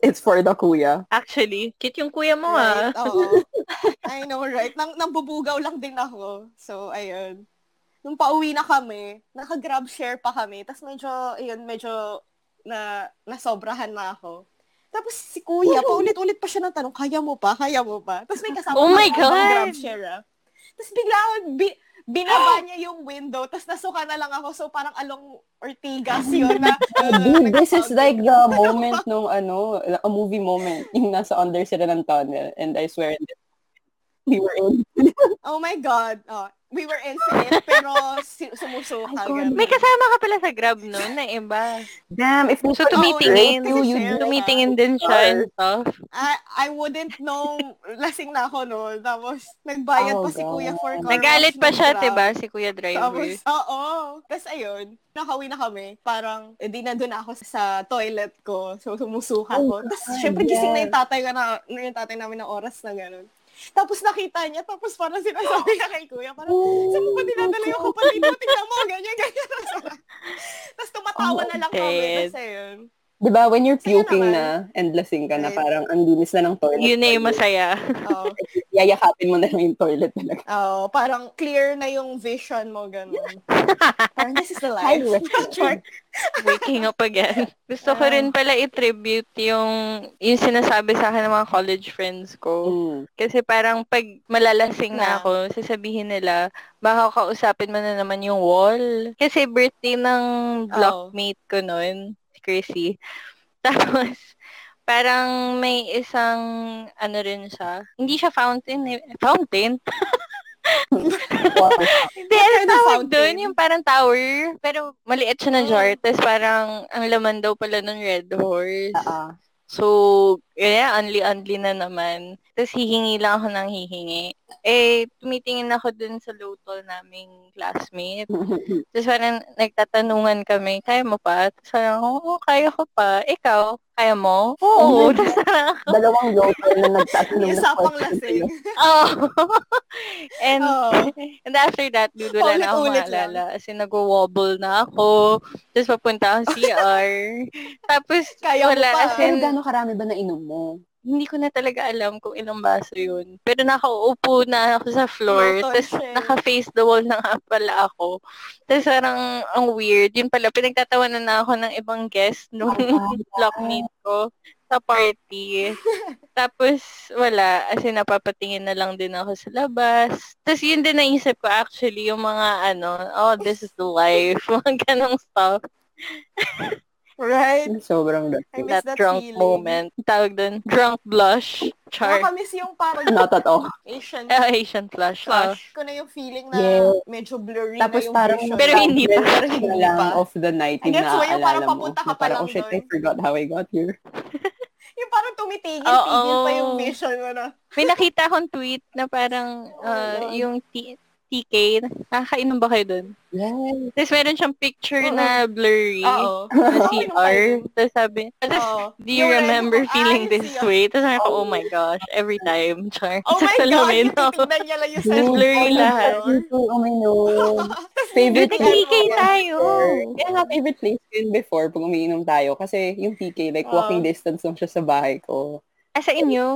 [SPEAKER 1] it's for the kuya.
[SPEAKER 3] Actually, cute yung kuya mo ah.
[SPEAKER 2] right, oo. I know, right? Nang, nambubugaw lang din ako. So, ayun. Nung pauwi na kami, naka-grab share pa kami. Tapos medyo, ayun, medyo na, nasobrahan na ako. Tapos si kuya, paulit-ulit pa siya ng tanong, kaya mo pa, kaya mo pa. Tapos may kasama
[SPEAKER 3] Oh
[SPEAKER 2] pa
[SPEAKER 3] my
[SPEAKER 2] yung ibang
[SPEAKER 3] God!
[SPEAKER 2] grab share, ah. Tapos bigla ako, bi- binaba niya yung window, tapos nasuka na lang ako. So parang along Ortigas yun na.
[SPEAKER 1] Dude, this is like the moment nung ano, a movie moment. Yung nasa under sila ng tunnel. And I swear, we were in.
[SPEAKER 2] Oh my God. Oh, we were infinite, pero si-
[SPEAKER 1] Ay,
[SPEAKER 2] sumusuka.
[SPEAKER 1] God.
[SPEAKER 2] ganun.
[SPEAKER 3] May kasama ka pala sa grab noon na iba.
[SPEAKER 1] Damn, if we
[SPEAKER 3] So
[SPEAKER 1] could
[SPEAKER 3] tumitingin, oh,
[SPEAKER 1] rate you, you'd
[SPEAKER 2] Share.
[SPEAKER 1] be like,
[SPEAKER 3] tumitingin din siya and stuff.
[SPEAKER 2] I, I wouldn't know. Lasing na ako noon. Tapos, nagbayad
[SPEAKER 1] Oh,
[SPEAKER 2] pa si
[SPEAKER 1] God.
[SPEAKER 2] Kuya for car
[SPEAKER 3] Nagalit
[SPEAKER 2] wash
[SPEAKER 3] pa
[SPEAKER 2] ng
[SPEAKER 3] siya,
[SPEAKER 2] Grab.
[SPEAKER 3] diba, si Kuya
[SPEAKER 2] Tapos,
[SPEAKER 3] Driver.
[SPEAKER 2] oo. Tapos, ayun. Nakauwi na kami. Parang, edi na doon ako sa toilet ko. So, sumusuka
[SPEAKER 1] Oh,
[SPEAKER 2] ko. Tapos, syempre,
[SPEAKER 1] yes.
[SPEAKER 2] gising na yung tatay, ko na, yung tatay namin na oras na gano'n. Tapos, nakita niya. Tapos, parang sinasabi niya kay Kuya. Parang,
[SPEAKER 1] Oh,
[SPEAKER 2] saan mo ba dinadala yung kapatid mo? Tingnan mo, ganyan, ganyan. Tapos,
[SPEAKER 1] Oh,
[SPEAKER 2] tumatawa na lang kami.
[SPEAKER 3] dead.
[SPEAKER 2] Tapos, ayun.
[SPEAKER 1] Diba, when you're
[SPEAKER 2] Sa'yo
[SPEAKER 1] puking na
[SPEAKER 2] naman.
[SPEAKER 1] and lasing ka na,
[SPEAKER 2] Right.
[SPEAKER 1] parang ang linis na ng toilet.
[SPEAKER 3] Yun na yung masaya.
[SPEAKER 2] Oo.
[SPEAKER 1] Yayakapin mo na lang yung toilet talaga.
[SPEAKER 2] Oo, parang clear na yung vision mo, ganun. parang this is the
[SPEAKER 1] High
[SPEAKER 2] life.
[SPEAKER 1] direction.
[SPEAKER 2] Sure.
[SPEAKER 3] Waking up again. Gusto ko rin pala i-tribute yung, yung sinasabi sa akin ng mga college friends ko.
[SPEAKER 1] Mm.
[SPEAKER 3] Kasi parang pag malalasing
[SPEAKER 2] Na.
[SPEAKER 3] na ako, sasabihin nila, baka kausapin mo na naman yung wall. Kasi birthday ng
[SPEAKER 2] Oo.
[SPEAKER 3] blockmate ko noon, si Chrissy. Tapos, Parang may isang, ano rin siya. Hindi siya fountain eh. Fountain?
[SPEAKER 1] Wow.
[SPEAKER 3] Hindi,
[SPEAKER 2] What
[SPEAKER 3] ano
[SPEAKER 2] kind of
[SPEAKER 3] tawag
[SPEAKER 2] fountain?
[SPEAKER 3] doon? Yung parang tower. Pero maliit siya na
[SPEAKER 2] Mm.
[SPEAKER 3] jar. Tapos parang ang laman daw pala ng red horse.
[SPEAKER 1] Ah,
[SPEAKER 3] So, yeah, unli-unli na naman. Tapos hihingi lang ako ng hihingi. Eh, tumitingin ako dun sa lotol naming classmate. Tapos parang nagtatanungan kami, kaya mo pa? Tapos parang, oo, kaya ko pa. Ikaw, kaya mo? Oo.
[SPEAKER 1] Oh my
[SPEAKER 3] Tapos parang ako,
[SPEAKER 1] dalawang local na nagtatanong.
[SPEAKER 2] Yung
[SPEAKER 1] ng
[SPEAKER 2] sapang
[SPEAKER 1] question
[SPEAKER 2] lasing.
[SPEAKER 1] sa'yo.
[SPEAKER 3] oo. "Oh." and,
[SPEAKER 2] Oo.
[SPEAKER 3] and after that, dude, wala na ako
[SPEAKER 2] Oh. Paulit-ulit
[SPEAKER 3] maalala. As in, nag-wobble na ako. Tapos papunta akong CR. Tapos,
[SPEAKER 2] Kaya mo
[SPEAKER 3] wala.
[SPEAKER 2] pa.
[SPEAKER 3] As
[SPEAKER 1] Pero
[SPEAKER 3] in,
[SPEAKER 1] gano'ng karami ba na inom mo?
[SPEAKER 3] hindi ko na talaga alam kung ilang baso yun. Pero nakaupo na ako sa floor.
[SPEAKER 2] Motor
[SPEAKER 3] Tapos
[SPEAKER 2] siya.
[SPEAKER 3] naka-face the wall na nga pala ako. Tapos parang ang weird. Yun pala, pinagtatawanan na ako ng ibang guest nung blockmate ko sa party. Tapos wala. As in, napapatingin na lang din ako sa labas. Tapos yun din naisip ko actually, yung mga ano, oh, this is the life. Mga ganong stuff.
[SPEAKER 2] Right?
[SPEAKER 1] Sobrang
[SPEAKER 2] I
[SPEAKER 1] dati.
[SPEAKER 2] miss
[SPEAKER 3] That,
[SPEAKER 2] that
[SPEAKER 3] drunk
[SPEAKER 2] feeling.
[SPEAKER 3] moment. Tawag dun, drunk blush. Char.
[SPEAKER 2] Nakamiss yung parang
[SPEAKER 1] Not at all.
[SPEAKER 2] Asian
[SPEAKER 3] Ah, Asian flush. ah.
[SPEAKER 2] flush ko na yung feeling na
[SPEAKER 1] Yeah.
[SPEAKER 2] medyo blurry
[SPEAKER 1] Tapos
[SPEAKER 2] na yung
[SPEAKER 1] parang
[SPEAKER 2] vision.
[SPEAKER 3] Pero hindi pa.
[SPEAKER 1] Pero
[SPEAKER 2] hindi
[SPEAKER 1] lang
[SPEAKER 2] pa.
[SPEAKER 1] of the night
[SPEAKER 2] And
[SPEAKER 1] yung
[SPEAKER 2] that's why yung
[SPEAKER 1] naaalala
[SPEAKER 2] parang
[SPEAKER 1] mo.
[SPEAKER 2] papunta ka
[SPEAKER 1] Na
[SPEAKER 2] pa
[SPEAKER 1] parang,
[SPEAKER 2] lang
[SPEAKER 1] oh shit, I
[SPEAKER 2] doon."
[SPEAKER 1] forgot how I got here.
[SPEAKER 2] yung parang tumitigil,
[SPEAKER 3] Oo.
[SPEAKER 2] tigil pa yung vision mo na.
[SPEAKER 3] May nakita akong tweet na parang
[SPEAKER 2] Oh
[SPEAKER 3] uh,
[SPEAKER 2] Oo.
[SPEAKER 3] yung T- TK, nakakainom ba kayo dun?
[SPEAKER 1] Yeah.
[SPEAKER 3] Tapos meron siyang
[SPEAKER 2] Oo.
[SPEAKER 3] picture na blurry
[SPEAKER 2] Oo. Oo,
[SPEAKER 3] na CR.
[SPEAKER 2] inom
[SPEAKER 3] Tapos sabi, tapos,
[SPEAKER 2] Oo.
[SPEAKER 3] do you
[SPEAKER 2] Yung
[SPEAKER 3] remember
[SPEAKER 2] line ko,
[SPEAKER 3] feeling
[SPEAKER 2] "Ay,
[SPEAKER 3] this
[SPEAKER 2] siya."
[SPEAKER 3] way? Tapos sabi ko, oh my gosh, every time. Char.
[SPEAKER 2] Oh my
[SPEAKER 3] Tapos
[SPEAKER 2] God,
[SPEAKER 3] salamin
[SPEAKER 2] yung
[SPEAKER 3] ako.
[SPEAKER 2] titignan niya lang yung
[SPEAKER 3] Tapos
[SPEAKER 2] cellphone.
[SPEAKER 3] blurry lahat.
[SPEAKER 1] Oh my no.
[SPEAKER 3] Dude,
[SPEAKER 1] Favorite Oh.
[SPEAKER 3] TK tayo.
[SPEAKER 1] Kaya nga, favorite place ko yun before pag umiinom tayo. Kasi yung PK, like,
[SPEAKER 2] Oo.
[SPEAKER 1] walking distance lang siya sa bahay ko.
[SPEAKER 3] Ah, sa inyo.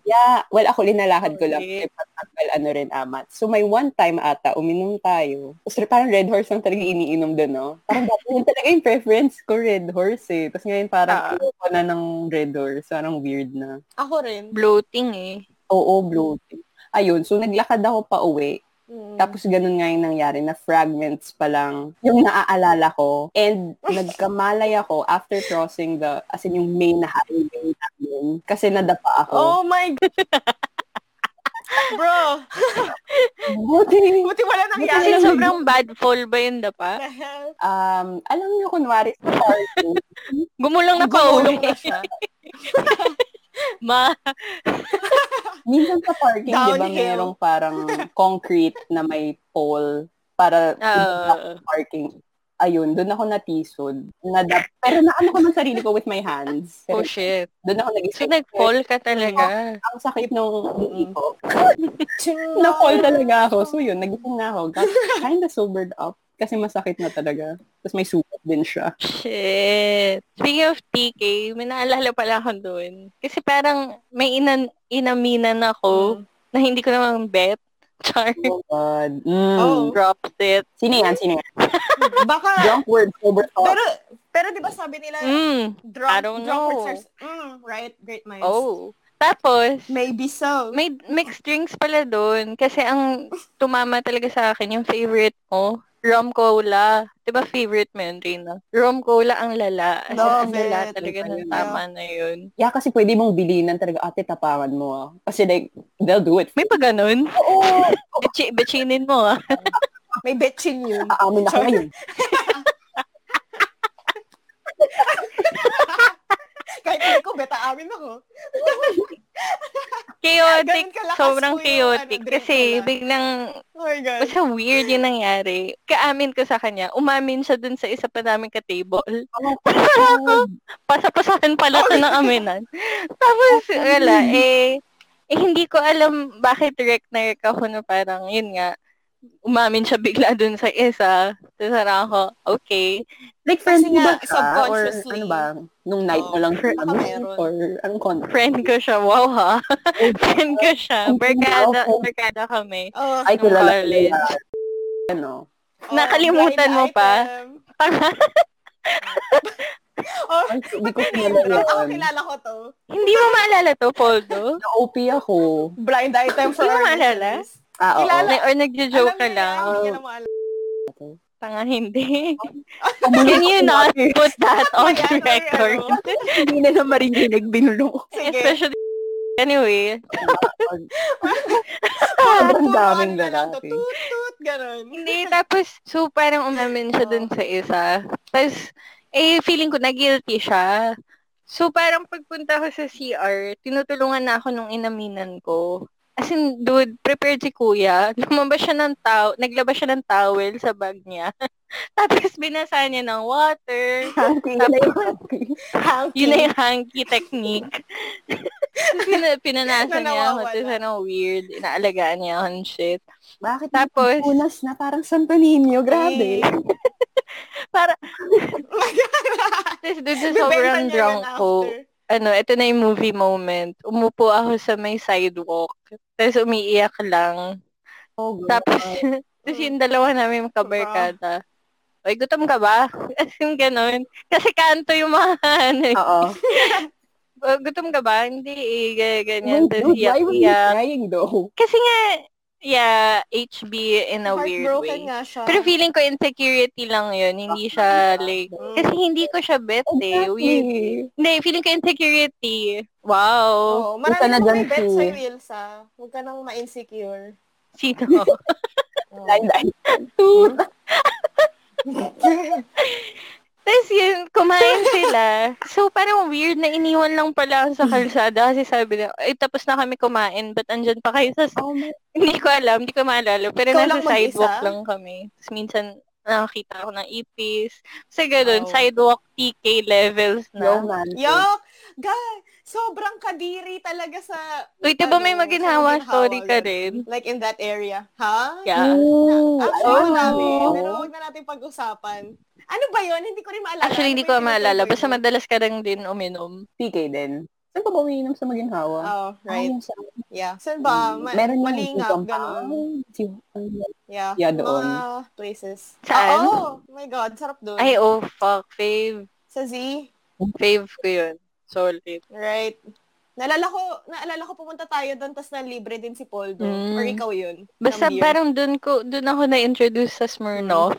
[SPEAKER 1] Yeah, well, ako, linalakad ko lang.
[SPEAKER 3] Okay.
[SPEAKER 1] Kasi well, ano rin, amat. So, may one time ata, uminom tayo. So, parang Red Horse lang talaga iniinom doon, no? Parang dati yun talaga yung preference ko, Red Horse, eh. Tapos ngayon,
[SPEAKER 3] Ah.
[SPEAKER 1] parang uh ko na ng Red Horse. Parang weird na.
[SPEAKER 2] Ako rin.
[SPEAKER 3] Bloating eh.
[SPEAKER 1] Oo, bloating. Ayun, so naglakad ako pa uwi.
[SPEAKER 2] Mm.
[SPEAKER 1] Tapos ganun nga yung nangyari, na fragments pa lang yung naaalala ko. And nagkamalay ako after crossing the, as in yung main na highway namin, kasi nadapa ako.
[SPEAKER 2] Oh my God. Bro,
[SPEAKER 1] Buti!
[SPEAKER 2] buti wala
[SPEAKER 3] Kasi
[SPEAKER 2] nangyari.
[SPEAKER 1] Buti lang-
[SPEAKER 3] sobrang bad fall ba yun dapa?
[SPEAKER 2] The hell?
[SPEAKER 1] Um, alam niyo, kunwari sa party,
[SPEAKER 3] Gumulong na pa
[SPEAKER 2] Gumulong
[SPEAKER 3] uwi.
[SPEAKER 2] na siya.
[SPEAKER 3] Ma,
[SPEAKER 1] minsan sa parking, di ba,
[SPEAKER 2] Downhill.
[SPEAKER 1] merong parang concrete na may pole para
[SPEAKER 3] ah,
[SPEAKER 1] parking. Ayun, doon ako natisod. Nadap- Pero naano ko ng sarili ko with my hands.
[SPEAKER 3] oh
[SPEAKER 1] Pero
[SPEAKER 3] shit.
[SPEAKER 1] doon ako nag-isip.
[SPEAKER 3] So, nag-fall ka talaga.
[SPEAKER 1] Ang sakit nung
[SPEAKER 2] Mm.
[SPEAKER 1] iko. Na-fall talaga ako. So yun, nagising na ako. Got kinda sobered up. Kasi masakit na talaga. Tapos may sugat din siya.
[SPEAKER 3] Shit. Speaking of TK, may naalala pala ako doon. Kasi parang may inan, inaminan
[SPEAKER 2] Mm. Oh.
[SPEAKER 3] ako na hindi ko naman bet. Char.
[SPEAKER 1] Oh God. Mm.
[SPEAKER 2] Oh.
[SPEAKER 3] Dropped it.
[SPEAKER 1] Sino yan? Sino yan?
[SPEAKER 2] Baka,
[SPEAKER 1] Drunk word, sober thought.
[SPEAKER 2] pero, pero di ba sabi nila,
[SPEAKER 3] Mm.
[SPEAKER 2] drunk,
[SPEAKER 3] I don't
[SPEAKER 2] drunk
[SPEAKER 3] know.
[SPEAKER 2] words are- mm, right? Great minds.
[SPEAKER 3] Oh. Tapos,
[SPEAKER 2] Maybe so.
[SPEAKER 3] may mixed drinks pala doon. Kasi ang tumama talaga sa akin, yung favorite mo, rum cola. Di ba favorite mo yun, Rina? Rum cola ang lala. As in, ang
[SPEAKER 2] Love
[SPEAKER 3] lala
[SPEAKER 2] it.
[SPEAKER 3] talaga ng
[SPEAKER 1] Talaga.
[SPEAKER 3] tama na yun.
[SPEAKER 1] Yeah, kasi pwede mong bilinan talaga. Ate, tapangan mo ah. Kasi like, they'll do it.
[SPEAKER 3] May pa ganun?
[SPEAKER 1] Oo.
[SPEAKER 3] Bechi- Bechinin mo, ah.
[SPEAKER 2] May betchin yun.
[SPEAKER 1] Aamin ako ngayon.
[SPEAKER 2] Kahit hindi ko, beta amin ako.
[SPEAKER 3] Chaotic.
[SPEAKER 2] Ganun kalakas
[SPEAKER 3] Sobrang
[SPEAKER 2] po yung,
[SPEAKER 3] chaotic.
[SPEAKER 2] ano, drink
[SPEAKER 3] Kasi,
[SPEAKER 2] nila.
[SPEAKER 3] biglang
[SPEAKER 2] Oh my God.
[SPEAKER 3] Basta weird yung nangyari. Kaamin ko sa kanya. Umamin siya dun sa isa pa namin ka-table. Pasapasahan pala siya ng aminan. Tapos, wala, eh, eh, hindi ko alam bakit direct na rec ako na parang, yun nga, umamin siya bigla dun sa isa. Tapos parang ako, okay.
[SPEAKER 1] Like,
[SPEAKER 2] Kasi
[SPEAKER 1] friendly ba
[SPEAKER 2] nga,
[SPEAKER 1] siya? Or ano
[SPEAKER 2] subconsciously.
[SPEAKER 1] ba? Nung night mo lang siya.
[SPEAKER 2] Baka
[SPEAKER 1] ano?
[SPEAKER 2] meron.
[SPEAKER 1] Or anong context?
[SPEAKER 3] Friend ko siya. Wow, ha? Friend ko siya. Barkada, barkada kami.
[SPEAKER 2] Oh,
[SPEAKER 1] Ay, kilala ko
[SPEAKER 3] College.
[SPEAKER 1] yan. Ano?
[SPEAKER 2] oh,
[SPEAKER 3] nakalimutan
[SPEAKER 2] blind
[SPEAKER 3] mo pa?
[SPEAKER 2] item.
[SPEAKER 3] Tama.
[SPEAKER 2] Oh,
[SPEAKER 1] Ay, hindi ko
[SPEAKER 2] name
[SPEAKER 1] kilala
[SPEAKER 2] drop. Ako
[SPEAKER 1] yun.
[SPEAKER 2] kilala ko to.
[SPEAKER 3] hindi mo maalala to, Poldo?
[SPEAKER 1] Na-OP ako.
[SPEAKER 2] Blind item for
[SPEAKER 3] Hindi mo
[SPEAKER 2] our
[SPEAKER 3] maalala?
[SPEAKER 2] listeners.
[SPEAKER 1] Ah, oo.
[SPEAKER 2] Kilala.
[SPEAKER 3] Or nagjo-joke ka
[SPEAKER 2] Alam niya na,
[SPEAKER 3] lang?
[SPEAKER 2] Hindi niya na maalala.
[SPEAKER 3] Tanga, hindi.
[SPEAKER 1] Umulit
[SPEAKER 3] Can
[SPEAKER 1] ako
[SPEAKER 3] you not
[SPEAKER 1] natin.
[SPEAKER 3] put that on
[SPEAKER 2] Ayan, sorry,
[SPEAKER 3] record?
[SPEAKER 2] ano.
[SPEAKER 1] Hindi nila marinig, binulong ko.
[SPEAKER 2] Sige.
[SPEAKER 3] Especially, anyway,
[SPEAKER 1] Sobrang
[SPEAKER 2] Puro
[SPEAKER 1] daming
[SPEAKER 2] ano na lang to,
[SPEAKER 1] lalaki.
[SPEAKER 2] Toot, toot, ganun.
[SPEAKER 3] hindi, tapos, so parang umamin siya dun sa isa. Tapos, eh, feeling ko na guilty siya. So, parang pagpunta ko sa CR, tinutulungan na ako nung inaminan ko. As in, dude, prepared si kuya. Lumabas siya ng towel, naglabas siya ng towel sa bag niya. tapos, binasa niya ng water.
[SPEAKER 1] Hanky na yung hanky.
[SPEAKER 3] Yun na yung hanky technique. Tapos pina- pinanasan niya ako.
[SPEAKER 2] Nanawawala.
[SPEAKER 3] Tapos ano, weird. Inaalagaan niya ako and shit.
[SPEAKER 1] Bakit
[SPEAKER 3] Tapos-
[SPEAKER 1] Unas na parang Santo Niño, grabe.
[SPEAKER 3] Para, tapos doon sa
[SPEAKER 2] Bibenta
[SPEAKER 3] sobrang
[SPEAKER 2] niya
[SPEAKER 3] drunk
[SPEAKER 2] yun
[SPEAKER 3] ko,
[SPEAKER 2] after.
[SPEAKER 3] ano, ito na yung movie moment. Umupo ako sa may sidewalk. Tapos umiiyak lang.
[SPEAKER 1] Oh, God.
[SPEAKER 3] Tapos, tapos yung dalawa namin kabarkada. Oy, gutom ka ba? As in, ganun. Kasi kanto yung mga, ano, eh.
[SPEAKER 1] Oo.
[SPEAKER 3] "Oh, gutom ka ba? Hindi, eh, ga- ganyan.
[SPEAKER 1] Wait,
[SPEAKER 3] Tapos
[SPEAKER 1] dude, why were you
[SPEAKER 3] iyak-iyak.
[SPEAKER 1] crying though?
[SPEAKER 3] Kasi nga, yeah, HB in a weird
[SPEAKER 2] Heartbroken
[SPEAKER 3] way.
[SPEAKER 2] nga siya.
[SPEAKER 3] Pero feeling ko insecurity lang yun. Hindi siya like...
[SPEAKER 2] Mm.
[SPEAKER 3] Kasi hindi ko siya bet eh. Weird.
[SPEAKER 1] Exactly.
[SPEAKER 3] Hindi, feeling ko insecurity. Wow.
[SPEAKER 2] Oo,
[SPEAKER 1] Isa na
[SPEAKER 2] Oh, marami na
[SPEAKER 1] dyan
[SPEAKER 2] may bet
[SPEAKER 1] si-
[SPEAKER 2] sa'yo, Ilsa. Huwag ka nang ma-insecure. Oh.
[SPEAKER 3] Sino?
[SPEAKER 2] Oo.
[SPEAKER 1] Dahil-
[SPEAKER 3] Tapos yun, kumain sila. So parang weird na iniwan lang pala ako sa kalsada kasi sabi na, ay tapos na kami kumain, ba't andyan pa kayo sa...
[SPEAKER 1] Oh my
[SPEAKER 3] Hindi ko alam, hindi ko maalala. Pero
[SPEAKER 2] Ikaw
[SPEAKER 3] nasa
[SPEAKER 2] lang mag-isa?
[SPEAKER 3] sidewalk lang kami. Tapos minsan nakakita ako ng ipis. Kasi ganun,
[SPEAKER 2] Wow.
[SPEAKER 3] sidewalk TK levels na.
[SPEAKER 1] God, man.
[SPEAKER 2] Yo, guy, sobrang kadiri talaga sa...
[SPEAKER 3] Uy, di ba may
[SPEAKER 2] ano, sa
[SPEAKER 3] maginhawa Hmm.
[SPEAKER 2] maginhawa
[SPEAKER 3] story ka
[SPEAKER 2] yun.
[SPEAKER 3] rin?
[SPEAKER 2] Like in that area. Ha?
[SPEAKER 3] Yeah.
[SPEAKER 1] Ooh,
[SPEAKER 2] Actually,
[SPEAKER 1] oh,
[SPEAKER 2] oh, madami.
[SPEAKER 1] no.
[SPEAKER 2] Pero huwag na natin pag-usapan. Ano ba yun? Hindi ko rin maalala.
[SPEAKER 3] Actually,
[SPEAKER 2] Ano
[SPEAKER 3] hindi
[SPEAKER 2] ba yung
[SPEAKER 3] ko maalala.
[SPEAKER 2] tinutukoy
[SPEAKER 3] Basta
[SPEAKER 2] mo?
[SPEAKER 3] madalas ka lang din uminom.
[SPEAKER 1] PK din. Saan ka ba umiinom sa maginhawa?
[SPEAKER 2] Oh, right.
[SPEAKER 1] Ay, sa,
[SPEAKER 2] Yeah. Saan ba? Ma-
[SPEAKER 1] Meron yung
[SPEAKER 2] malingap,
[SPEAKER 1] isang
[SPEAKER 2] ganun.
[SPEAKER 1] pang-
[SPEAKER 2] Yeah.
[SPEAKER 1] Yeah, doon.
[SPEAKER 2] Mga places.
[SPEAKER 3] Saan?
[SPEAKER 2] Oo. Oh, my God, sarap doon.
[SPEAKER 3] Ay, oh, fuck. Fave.
[SPEAKER 2] Sa Z.
[SPEAKER 3] Fave ko yun. Solid.
[SPEAKER 2] Right. Naalala ko, naalala ko pumunta tayo doon tapos na libre din si Poldo.
[SPEAKER 3] Mm.
[SPEAKER 2] Or ikaw yun. ng
[SPEAKER 3] Basta
[SPEAKER 2] beer.
[SPEAKER 3] parang dun ko, dun ako na-introduce sa Smirnoff.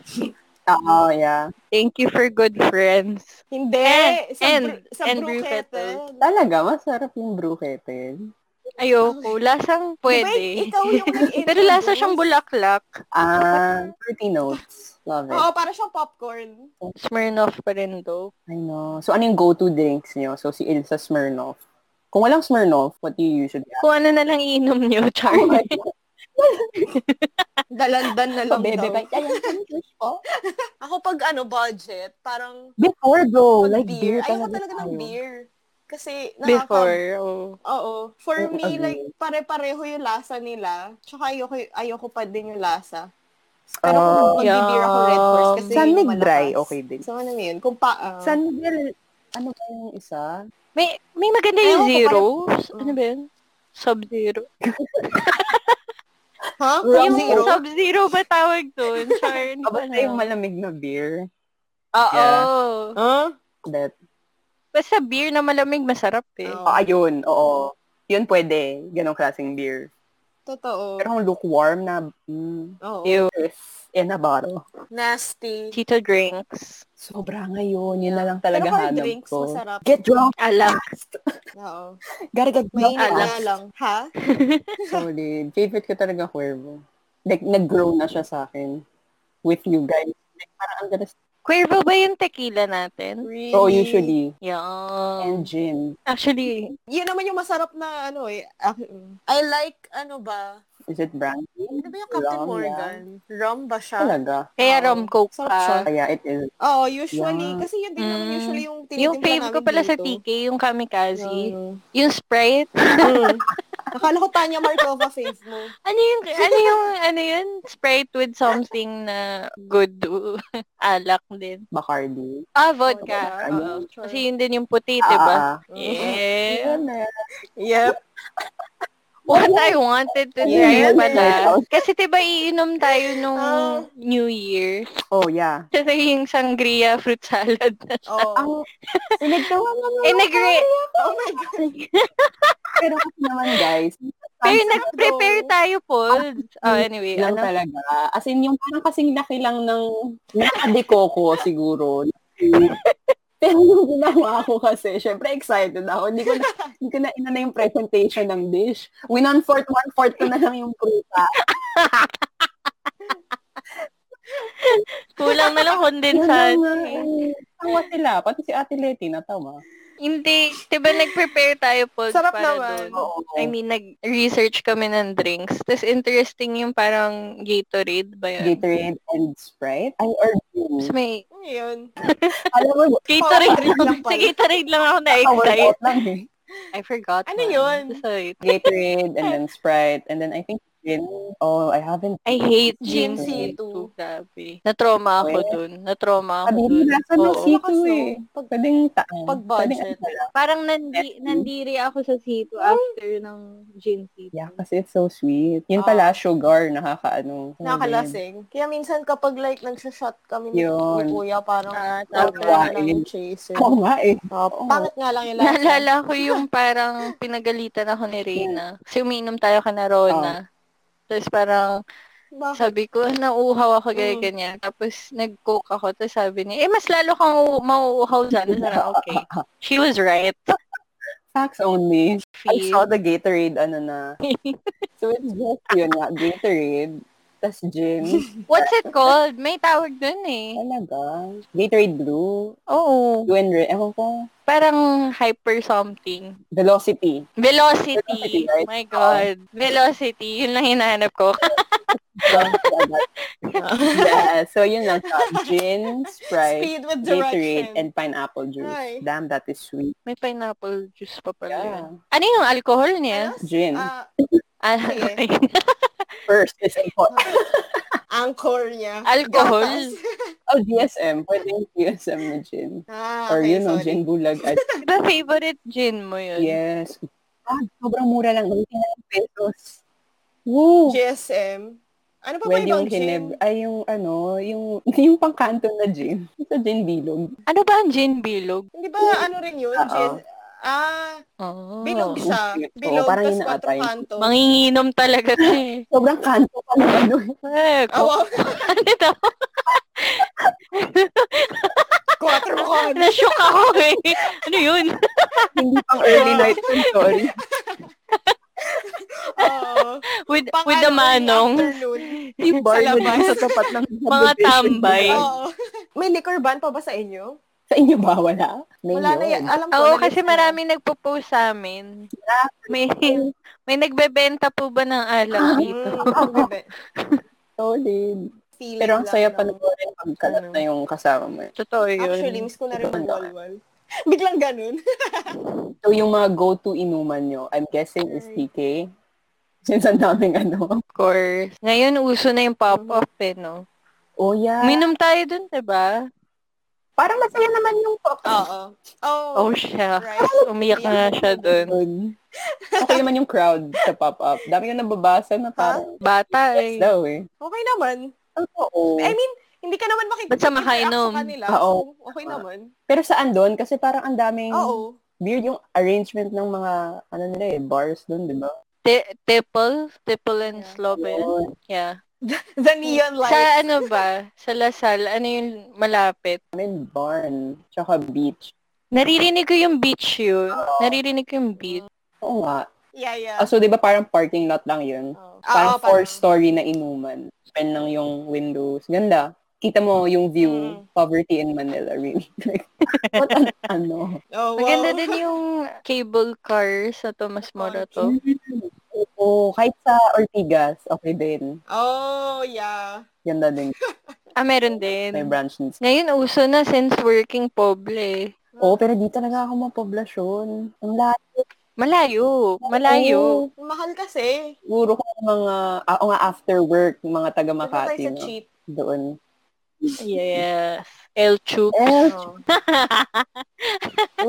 [SPEAKER 1] Oo, yeah.
[SPEAKER 3] Mm. Thank you for good friends.
[SPEAKER 2] Hindi.
[SPEAKER 3] Eh,
[SPEAKER 2] sa
[SPEAKER 3] and-
[SPEAKER 2] bru- sa
[SPEAKER 3] and brew
[SPEAKER 2] Brukete.
[SPEAKER 3] kettle.
[SPEAKER 1] Talaga, masarap yung brewketel.
[SPEAKER 3] Ayoko. Lasang
[SPEAKER 2] Wait,
[SPEAKER 3] pwede.
[SPEAKER 2] ikaw yung nag-introduce.
[SPEAKER 3] Pero lasa siyang bulaklak.
[SPEAKER 1] Ah, fruity notes. Love it.
[SPEAKER 2] Oo, para siyang popcorn.
[SPEAKER 3] Smirnoff pa rin though.
[SPEAKER 1] I know. So, ano yung go-to drinks nyo? So, si Ilsa Smirnoff. Kung walang Smirnoff, what do you usually have?
[SPEAKER 3] Kung ano na lang iinom niyo, Char.
[SPEAKER 1] Oh my God,
[SPEAKER 2] Dalandan na lang
[SPEAKER 1] bebe,
[SPEAKER 2] daw.
[SPEAKER 1] ba? Ayan, yung juice ko.
[SPEAKER 2] Ako pag ano, budget, parang
[SPEAKER 1] Before, bro. Oh,
[SPEAKER 2] pag
[SPEAKER 1] Like, beer.
[SPEAKER 2] Ayoko
[SPEAKER 1] talaga
[SPEAKER 2] talaga ng
[SPEAKER 1] tayo.
[SPEAKER 2] beer. Kasi, nakaka-
[SPEAKER 3] Before. Oh.
[SPEAKER 2] Oo. For
[SPEAKER 1] Oo,
[SPEAKER 2] me,
[SPEAKER 1] agree.
[SPEAKER 2] like, pare-pareho yung lasa nila. Tsaka ayoko, ayoko pa din yung lasa. Pero
[SPEAKER 1] Ah,
[SPEAKER 2] kung mag-beer ako red horse kasi
[SPEAKER 1] San
[SPEAKER 2] yun
[SPEAKER 1] Miguel dry,
[SPEAKER 2] malakas.
[SPEAKER 1] okay din.
[SPEAKER 2] So, ano yun? Kung pa, ah.
[SPEAKER 1] San Miguel, ano ba yung isa?
[SPEAKER 3] May, may maganda
[SPEAKER 2] Ewan
[SPEAKER 3] yung
[SPEAKER 2] ko,
[SPEAKER 3] zero.
[SPEAKER 2] parang-
[SPEAKER 3] Ano ba yun? Sub-zero.
[SPEAKER 2] ha?
[SPEAKER 1] Rum
[SPEAKER 2] Yung
[SPEAKER 1] zero?
[SPEAKER 3] Sub-zero Ah, ba tawag doon? Char,
[SPEAKER 2] Ah,
[SPEAKER 3] Ano?
[SPEAKER 1] Aba
[SPEAKER 3] Oh. hindi ko
[SPEAKER 1] na yung
[SPEAKER 3] alam.
[SPEAKER 1] malamig na beer.
[SPEAKER 3] Oo.
[SPEAKER 2] Huh?
[SPEAKER 1] That,
[SPEAKER 3] Basta beer na malamig, masarap eh.
[SPEAKER 2] Oo.
[SPEAKER 1] oh, ayun, oo. Yun pwede, ganong klaseng beer.
[SPEAKER 2] Totoo.
[SPEAKER 1] Pero kung lukewarm na, mm,
[SPEAKER 2] Oo.
[SPEAKER 3] Ew.
[SPEAKER 1] is in a bottle.
[SPEAKER 2] Nasty.
[SPEAKER 3] Tito drinks.
[SPEAKER 1] Sobra ngayon, yun na lang talaga
[SPEAKER 2] Pero hard
[SPEAKER 1] hanap
[SPEAKER 2] drinks,
[SPEAKER 1] ko.
[SPEAKER 2] masarap.
[SPEAKER 1] Get drunk
[SPEAKER 3] Alam.
[SPEAKER 2] Oo.
[SPEAKER 1] Gotta get drunk
[SPEAKER 2] Mainit
[SPEAKER 1] fast.
[SPEAKER 2] nga lang. Ha?
[SPEAKER 1] Solid. Favorite ko talaga Cuervo. Like, nag-grow na siya sa akin with you guys. Like, parang ang ganas.
[SPEAKER 3] Cuervo ba yung tequila natin?
[SPEAKER 2] Really? Oh.
[SPEAKER 1] Oh, usually.
[SPEAKER 3] Yan.
[SPEAKER 1] And gin.
[SPEAKER 3] Actually,
[SPEAKER 2] Yun naman yung masarap na ano eh. Ah, mm. I like, ano ba?
[SPEAKER 1] Is it brandy?
[SPEAKER 2] Ano ba yung Captain
[SPEAKER 1] Rum,
[SPEAKER 2] Morgan? Rum ba
[SPEAKER 1] yeah.
[SPEAKER 2] siya?
[SPEAKER 1] Talaga.
[SPEAKER 3] kaya
[SPEAKER 2] Oo.
[SPEAKER 3] rum coke
[SPEAKER 2] Sarap siya.
[SPEAKER 3] pa.
[SPEAKER 1] Kaya it is.
[SPEAKER 2] Oo, usually.
[SPEAKER 1] Yeah.
[SPEAKER 2] Kasi yun din naman
[SPEAKER 3] Mm.
[SPEAKER 2] usually yung tinitimpla
[SPEAKER 3] Yung fave ko
[SPEAKER 2] namin
[SPEAKER 3] pala sa
[SPEAKER 2] dito.
[SPEAKER 3] TK, yung kamikaze.
[SPEAKER 2] Oo.
[SPEAKER 3] Yung Sprite.
[SPEAKER 2] Mm. Akala ko Tanya Markova fave mo.
[SPEAKER 3] Ano yung, ano yung, ano yun? Sprite with something na good uh, alak din.
[SPEAKER 1] Bacardi.
[SPEAKER 2] Oh,
[SPEAKER 3] Ah,
[SPEAKER 2] diba?
[SPEAKER 3] vodka.
[SPEAKER 1] Vodka,
[SPEAKER 3] Oo.
[SPEAKER 2] sure.
[SPEAKER 3] Kasi yun din yung puti,
[SPEAKER 1] Ah,
[SPEAKER 3] diba?
[SPEAKER 1] ah, ah.
[SPEAKER 3] Yeah.
[SPEAKER 1] Yun na.
[SPEAKER 2] Yep.
[SPEAKER 3] what I wanted to try
[SPEAKER 1] Yeah, yeah.
[SPEAKER 3] pala. Kasi diba iinom tayo nung
[SPEAKER 2] Oh.
[SPEAKER 3] New Year.
[SPEAKER 1] Oh, yeah.
[SPEAKER 3] Kasi yung sangria fruit salad.
[SPEAKER 2] Oh.
[SPEAKER 1] Ah, Ang pinagtawa naman.
[SPEAKER 3] Eh, nagre-
[SPEAKER 2] oh my God.
[SPEAKER 1] Pero kasi naman, guys.
[SPEAKER 3] Pero
[SPEAKER 1] ang-
[SPEAKER 3] nag-prepare tayo, Paul. Oh, anyway.
[SPEAKER 1] lang
[SPEAKER 3] Ano?
[SPEAKER 1] talaga. As in, yung parang kasing laki lang ng nakadikoko siguro. Pero yung ginawa ko kasi, syempre excited ako. Hindi ko na, hindi ko na inana yung presentation ng dish. Winon-fourth, one-fourth ko na lang yung pruta.
[SPEAKER 3] Kulang na lang condensate.
[SPEAKER 1] eh. Tawa sila. Pati si Ate Leti natawa.
[SPEAKER 3] Hindi. Diba nag-prepare tayo, Paul?
[SPEAKER 2] Sarap
[SPEAKER 3] para
[SPEAKER 2] naman.
[SPEAKER 3] dun?
[SPEAKER 1] Oo.
[SPEAKER 3] I mean, nag-research kami ng drinks. Tapos interesting yung parang Gatorade ba yun?
[SPEAKER 1] Gatorade and Sprite. Ay, or Blue.
[SPEAKER 3] Tapos may
[SPEAKER 2] Yun.
[SPEAKER 1] Ano Alam mo,
[SPEAKER 3] Gatorade
[SPEAKER 2] Powerade
[SPEAKER 3] lang.
[SPEAKER 2] lang pala.
[SPEAKER 3] Sa Gatorade lang ako na-excite.
[SPEAKER 1] ka-workout lang eh.
[SPEAKER 3] I forgot.
[SPEAKER 2] Ano
[SPEAKER 3] man.
[SPEAKER 2] yun?
[SPEAKER 3] Sorry.
[SPEAKER 1] Gatorade and then Sprite. And then I think gin. Oh, I haven't.
[SPEAKER 3] I hate
[SPEAKER 2] Gin C2.
[SPEAKER 3] Gin C2. Grabe. Na-trauma ako
[SPEAKER 1] Well,
[SPEAKER 3] dun. Na-trauma ako
[SPEAKER 1] Sabi
[SPEAKER 3] dun.
[SPEAKER 1] nila sa ng
[SPEAKER 3] Oo.
[SPEAKER 1] C2
[SPEAKER 2] Lakas, no?
[SPEAKER 1] eh. Pag, pwedeng taang.
[SPEAKER 2] pag budget.
[SPEAKER 1] Pwedeng ano pala.
[SPEAKER 3] Parang nandi, nandiri ako sa C2 after ng Gin C2.
[SPEAKER 1] Hmm. Yeah, kasi it's so sweet. Yun pala, sugar, nakakaano.
[SPEAKER 2] Nakalasing. Kaya minsan kapag like nagsashot kami ni
[SPEAKER 1] Yun.
[SPEAKER 2] ni kuya, parang
[SPEAKER 3] Ah,
[SPEAKER 2] wag
[SPEAKER 3] tama.
[SPEAKER 2] na lang yung chaser.
[SPEAKER 1] Oo nga eh.
[SPEAKER 2] Oh, pangit nga lang yung lasa.
[SPEAKER 3] Naalala ko yung parang pinagalitan ako ni Reyna. Kasi umiinom tayo kana
[SPEAKER 1] Oh.
[SPEAKER 3] Rona. Tapos parang
[SPEAKER 2] Bakit?
[SPEAKER 3] sabi ko, nauuhaw ako kaya
[SPEAKER 1] Hmm.
[SPEAKER 2] Mm.
[SPEAKER 3] ganyan. Tapos nag-cook ako. Tapos sabi niya, eh mas lalo kang u- mauuhaw dyan. Tapos parang, okay. She was right.
[SPEAKER 1] Facts only. I saw
[SPEAKER 3] Feel.
[SPEAKER 1] the Gatorade, ano na. so it's just yun nga, Gatorade. Tapos gin.
[SPEAKER 3] What's it called? May tawag dun eh.
[SPEAKER 1] Talaga. Gatorade Blue.
[SPEAKER 3] Oo.
[SPEAKER 1] Blue and red. Ewan ko.
[SPEAKER 3] Parang hyper something.
[SPEAKER 1] Velocity.
[SPEAKER 3] Velocity.
[SPEAKER 1] Velocity, right?
[SPEAKER 3] My God. Velocity. Yun lang hinahanap ko.
[SPEAKER 1] yeah, so yun lang siya. Gin, Sprite,
[SPEAKER 2] Speed with
[SPEAKER 1] Gatorade,
[SPEAKER 2] direction.
[SPEAKER 1] and pineapple juice.
[SPEAKER 2] Ay.
[SPEAKER 1] Damn, that is sweet.
[SPEAKER 3] May pineapple juice pa pala. yun.
[SPEAKER 1] Yeah.
[SPEAKER 3] Ano yung alcohol niya?
[SPEAKER 2] Ano?
[SPEAKER 1] Gin.
[SPEAKER 2] Ah,
[SPEAKER 3] Ah,
[SPEAKER 2] Sige.
[SPEAKER 3] okay.
[SPEAKER 1] First is alcohol.
[SPEAKER 2] anchor niya.
[SPEAKER 3] Ah. Alcohol.
[SPEAKER 2] Gatas.
[SPEAKER 1] Oh, GSM. Pwedeng GSM na gin.
[SPEAKER 2] Ah,
[SPEAKER 1] Or
[SPEAKER 2] okay,
[SPEAKER 1] yun, no,
[SPEAKER 2] sorry.
[SPEAKER 1] gin bulag. At,
[SPEAKER 3] Diba favorite gin mo yun?
[SPEAKER 1] yes. Ah, sobrang mura lang. 89 pesos. Woo!
[SPEAKER 2] GSM. Ano pa ba
[SPEAKER 1] Well,
[SPEAKER 2] ibang
[SPEAKER 1] yung
[SPEAKER 2] gin?
[SPEAKER 1] Gineb, ay yung ano, yung, yung pangkanto na gin. Sa gin bilog.
[SPEAKER 3] Ano ba ang gin bilog?
[SPEAKER 2] Hindi ba ano rin yun?
[SPEAKER 1] Oo.
[SPEAKER 2] Gin? Ah,
[SPEAKER 3] Oh.
[SPEAKER 2] bilog siya.
[SPEAKER 1] Oo,
[SPEAKER 2] Bilog,
[SPEAKER 1] parang
[SPEAKER 2] tas
[SPEAKER 1] yun na ata
[SPEAKER 2] quatro
[SPEAKER 1] yun.
[SPEAKER 2] kanto.
[SPEAKER 3] Manginginom talaga siya eh.
[SPEAKER 1] Sobrang kanto pa ng ano.
[SPEAKER 2] Ah,
[SPEAKER 3] Eh, ko-
[SPEAKER 2] wow.
[SPEAKER 3] ano daw?
[SPEAKER 2] Quatro kanto.
[SPEAKER 3] Na-shock ako eh. Ano yun?
[SPEAKER 1] Hindi pang early night yun, sorry.
[SPEAKER 2] Oo.
[SPEAKER 3] With,
[SPEAKER 2] Pang
[SPEAKER 3] with the
[SPEAKER 2] ano,
[SPEAKER 3] manong.
[SPEAKER 2] afternoon.
[SPEAKER 1] Yung bar
[SPEAKER 2] Sa
[SPEAKER 1] mo dito
[SPEAKER 2] labas.
[SPEAKER 1] sa tapat ng
[SPEAKER 3] Mga tambay.
[SPEAKER 2] Oo. May liquor ban pa ba sa inyo?
[SPEAKER 1] Sa inyo ba? Wala?
[SPEAKER 2] Wala na yan. Alam ko.
[SPEAKER 3] Oo,
[SPEAKER 2] na-
[SPEAKER 3] kasi marami nagpo-post sa amin. May, may nagbebenta po ba ng alak dito?
[SPEAKER 2] Mm, ang bebe.
[SPEAKER 1] Solid.
[SPEAKER 2] Feeling
[SPEAKER 1] Pero ang
[SPEAKER 2] lang,
[SPEAKER 1] saya
[SPEAKER 2] no?
[SPEAKER 1] panoorin pag kalat na yung kasama mo.
[SPEAKER 3] Totoo yun.
[SPEAKER 2] Actually, miss ko na rin
[SPEAKER 1] Ito,
[SPEAKER 2] yung
[SPEAKER 1] ano?
[SPEAKER 2] walwal. Biglang ganun.
[SPEAKER 1] So, yung mga go-to inuman nyo, I'm guessing is TK. Since ang daming ano.
[SPEAKER 3] of course. Ngayon, uso na yung pop-off eh, no?
[SPEAKER 1] Oh, yeah.
[SPEAKER 3] Minom tayo dun, diba?
[SPEAKER 1] Parang masaya naman yung pop.
[SPEAKER 2] Oo. Oh,
[SPEAKER 3] Oh, siya.
[SPEAKER 2] right.
[SPEAKER 3] Umiyak na nga Ah, siya dun.
[SPEAKER 1] Yun. Okay naman yung crowd sa pop-up. Dami yung nababasa na parang.
[SPEAKER 3] Bata
[SPEAKER 1] Yes
[SPEAKER 3] eh.
[SPEAKER 1] daw eh.
[SPEAKER 2] Okay naman.
[SPEAKER 1] Totoo.
[SPEAKER 2] I mean, hindi ka naman makikita.
[SPEAKER 3] Ba't sa makainom?
[SPEAKER 2] Sa kanila.
[SPEAKER 1] Oo.
[SPEAKER 2] So, okay naman.
[SPEAKER 1] Pero saan doon? Kasi parang ang
[SPEAKER 3] Mm.
[SPEAKER 1] daming
[SPEAKER 2] Oo.
[SPEAKER 1] weird yung arrangement ng mga ano nila eh, bars doon, di ba?
[SPEAKER 3] Ti- Tipple? Tipple and Sloven?
[SPEAKER 1] Yun.
[SPEAKER 3] Yeah.
[SPEAKER 2] The neon lights.
[SPEAKER 3] Sa ano ba? Sa Lasal? Ano yung malapit?
[SPEAKER 1] I mean, barn. Tsaka beach.
[SPEAKER 3] Naririnig ko yung beach yun.
[SPEAKER 1] Oo.
[SPEAKER 3] Naririnig ko yung beach.
[SPEAKER 1] Oo nga.
[SPEAKER 2] Yeah, yeah.
[SPEAKER 1] Ah, so, di ba parang parking lot lang yun?
[SPEAKER 2] Oo.
[SPEAKER 3] Oh.
[SPEAKER 1] Parang
[SPEAKER 2] Ah, Oo,
[SPEAKER 1] four-story na inuman. Open lang yung windows. Ganda. Kita mo yung view. Poverty in Manila, really. Like, what an, ano?
[SPEAKER 2] Oh, wow.
[SPEAKER 3] Maganda din yung cable car sa Tomas Moro to.
[SPEAKER 1] Oo, kahit sa Ortigas, okay din.
[SPEAKER 2] Oh, yeah.
[SPEAKER 1] Ganda din.
[SPEAKER 3] Ah, meron
[SPEAKER 1] May
[SPEAKER 3] din.
[SPEAKER 1] branch din.
[SPEAKER 3] Ngayon, uso na since working poble. eh.
[SPEAKER 1] Oo, pero di talaga ako mapoblasyon. Ang lahat.
[SPEAKER 3] Malayo. Malayo.
[SPEAKER 2] Mahal kasi.
[SPEAKER 1] Siguro ko mga, ako nga after work, mga taga
[SPEAKER 2] Ano
[SPEAKER 1] Makati,
[SPEAKER 2] tayo sa
[SPEAKER 1] no?
[SPEAKER 2] cheat?
[SPEAKER 1] Doon.
[SPEAKER 3] Yes. El Chup.
[SPEAKER 1] Eh,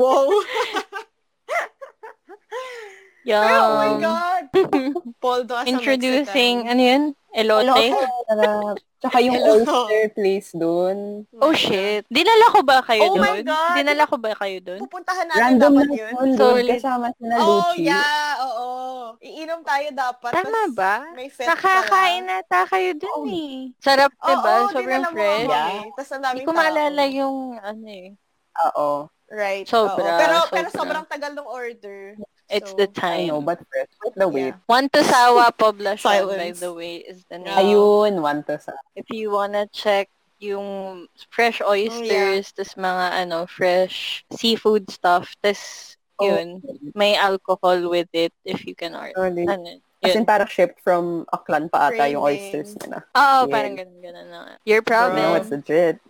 [SPEAKER 2] Oh. wow.
[SPEAKER 1] Um,
[SPEAKER 3] Yum.
[SPEAKER 2] oh my oh God. Poldo as a
[SPEAKER 3] Introducing, ano yun? Elote?
[SPEAKER 1] Hello, sarap. Tsaka yung
[SPEAKER 2] Hello.
[SPEAKER 1] oyster place doon.
[SPEAKER 2] Mexican.
[SPEAKER 3] Oh, shit. Dinala ko ba
[SPEAKER 2] Oh
[SPEAKER 3] kayo doon?
[SPEAKER 2] my God.
[SPEAKER 3] Dinala ko ba kayo doon?
[SPEAKER 2] Pupuntahan natin
[SPEAKER 1] Random
[SPEAKER 2] dapat
[SPEAKER 1] lang
[SPEAKER 2] yun.
[SPEAKER 1] yun. doon.
[SPEAKER 3] Solid.
[SPEAKER 1] Kasama sila
[SPEAKER 2] Oh,
[SPEAKER 1] Lucy.
[SPEAKER 2] yeah. Oo. Iinom tayo dapat.
[SPEAKER 3] Tama
[SPEAKER 2] tas
[SPEAKER 3] ba?
[SPEAKER 2] May fest
[SPEAKER 3] Nakakain
[SPEAKER 2] pala.
[SPEAKER 3] nata kayo doon
[SPEAKER 1] Oo.
[SPEAKER 3] eh. Sarap,
[SPEAKER 2] Oh. Oo,
[SPEAKER 3] diba?
[SPEAKER 2] oh,
[SPEAKER 3] Sobrang fresh.
[SPEAKER 1] Yeah.
[SPEAKER 2] Tapos ang
[SPEAKER 3] Hindi
[SPEAKER 2] daming
[SPEAKER 3] ko
[SPEAKER 2] tao.
[SPEAKER 3] maalala yung, ano eh.
[SPEAKER 1] Oo.
[SPEAKER 2] Right.
[SPEAKER 3] Sobra,
[SPEAKER 2] oo. Pero, pero
[SPEAKER 3] sobra.
[SPEAKER 2] sobrang tagal ng order.
[SPEAKER 3] It's
[SPEAKER 2] So,
[SPEAKER 3] the
[SPEAKER 1] I know,
[SPEAKER 3] time.
[SPEAKER 1] but fresh. Wait, the wait.
[SPEAKER 3] One to Sawa Poblacion,
[SPEAKER 2] Silence.
[SPEAKER 3] by the way, is the name.
[SPEAKER 1] Ayun, one to sa.
[SPEAKER 3] If you wanna check yung fresh
[SPEAKER 2] Oh,
[SPEAKER 3] oysters, tas mga ano, fresh seafood stuff, tas
[SPEAKER 1] Oh.
[SPEAKER 3] yun, may alcohol with it if you can order.
[SPEAKER 1] Solid.
[SPEAKER 3] Ano,
[SPEAKER 1] As
[SPEAKER 3] yun.
[SPEAKER 1] in, parang shipped from Aklan pa ata yung
[SPEAKER 2] Craving.
[SPEAKER 1] oysters nila.
[SPEAKER 3] Oo,
[SPEAKER 1] yeah.
[SPEAKER 3] parang ganun, ganun na. nga. You're proud,
[SPEAKER 1] You know,
[SPEAKER 3] man.
[SPEAKER 1] it's legit.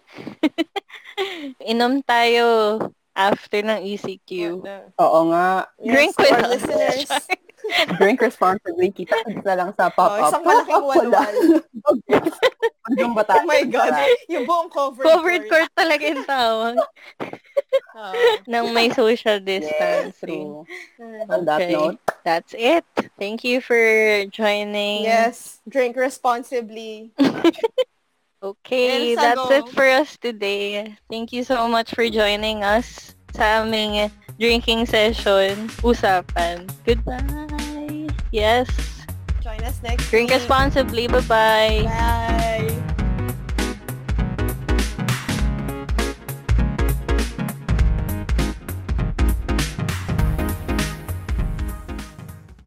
[SPEAKER 3] Inom tayo after ng E ECQ.
[SPEAKER 2] what the-
[SPEAKER 1] Oo nga.
[SPEAKER 2] Yes,
[SPEAKER 3] Drink
[SPEAKER 2] to
[SPEAKER 3] with
[SPEAKER 2] our
[SPEAKER 3] us.
[SPEAKER 2] listeners.
[SPEAKER 1] Drink responsibly. Kita ads na lang sa
[SPEAKER 2] Oh,
[SPEAKER 1] pop-up.
[SPEAKER 2] isang malaking
[SPEAKER 1] Pop-up wala.
[SPEAKER 2] walwal.
[SPEAKER 1] Hanggang bata.
[SPEAKER 2] Oh my God. Yung buong covered,
[SPEAKER 3] Covered court talaga yung tawag
[SPEAKER 2] Oo.
[SPEAKER 3] ng may social
[SPEAKER 1] Yes,
[SPEAKER 3] distancing.
[SPEAKER 1] true.
[SPEAKER 2] Hmm.
[SPEAKER 1] On that
[SPEAKER 3] Okay.
[SPEAKER 1] note,
[SPEAKER 3] That's it. Thank you for joining.
[SPEAKER 2] Yes. Drink responsibly.
[SPEAKER 3] Okay,
[SPEAKER 2] Elsa,
[SPEAKER 3] that's
[SPEAKER 2] go.
[SPEAKER 3] it for us today. Thank you so much for joining us sa aming drinking session, usapan. Goodbye! Yes,
[SPEAKER 2] Join us next
[SPEAKER 3] drink
[SPEAKER 2] week.
[SPEAKER 3] responsibly. Bye-bye!
[SPEAKER 2] Bye.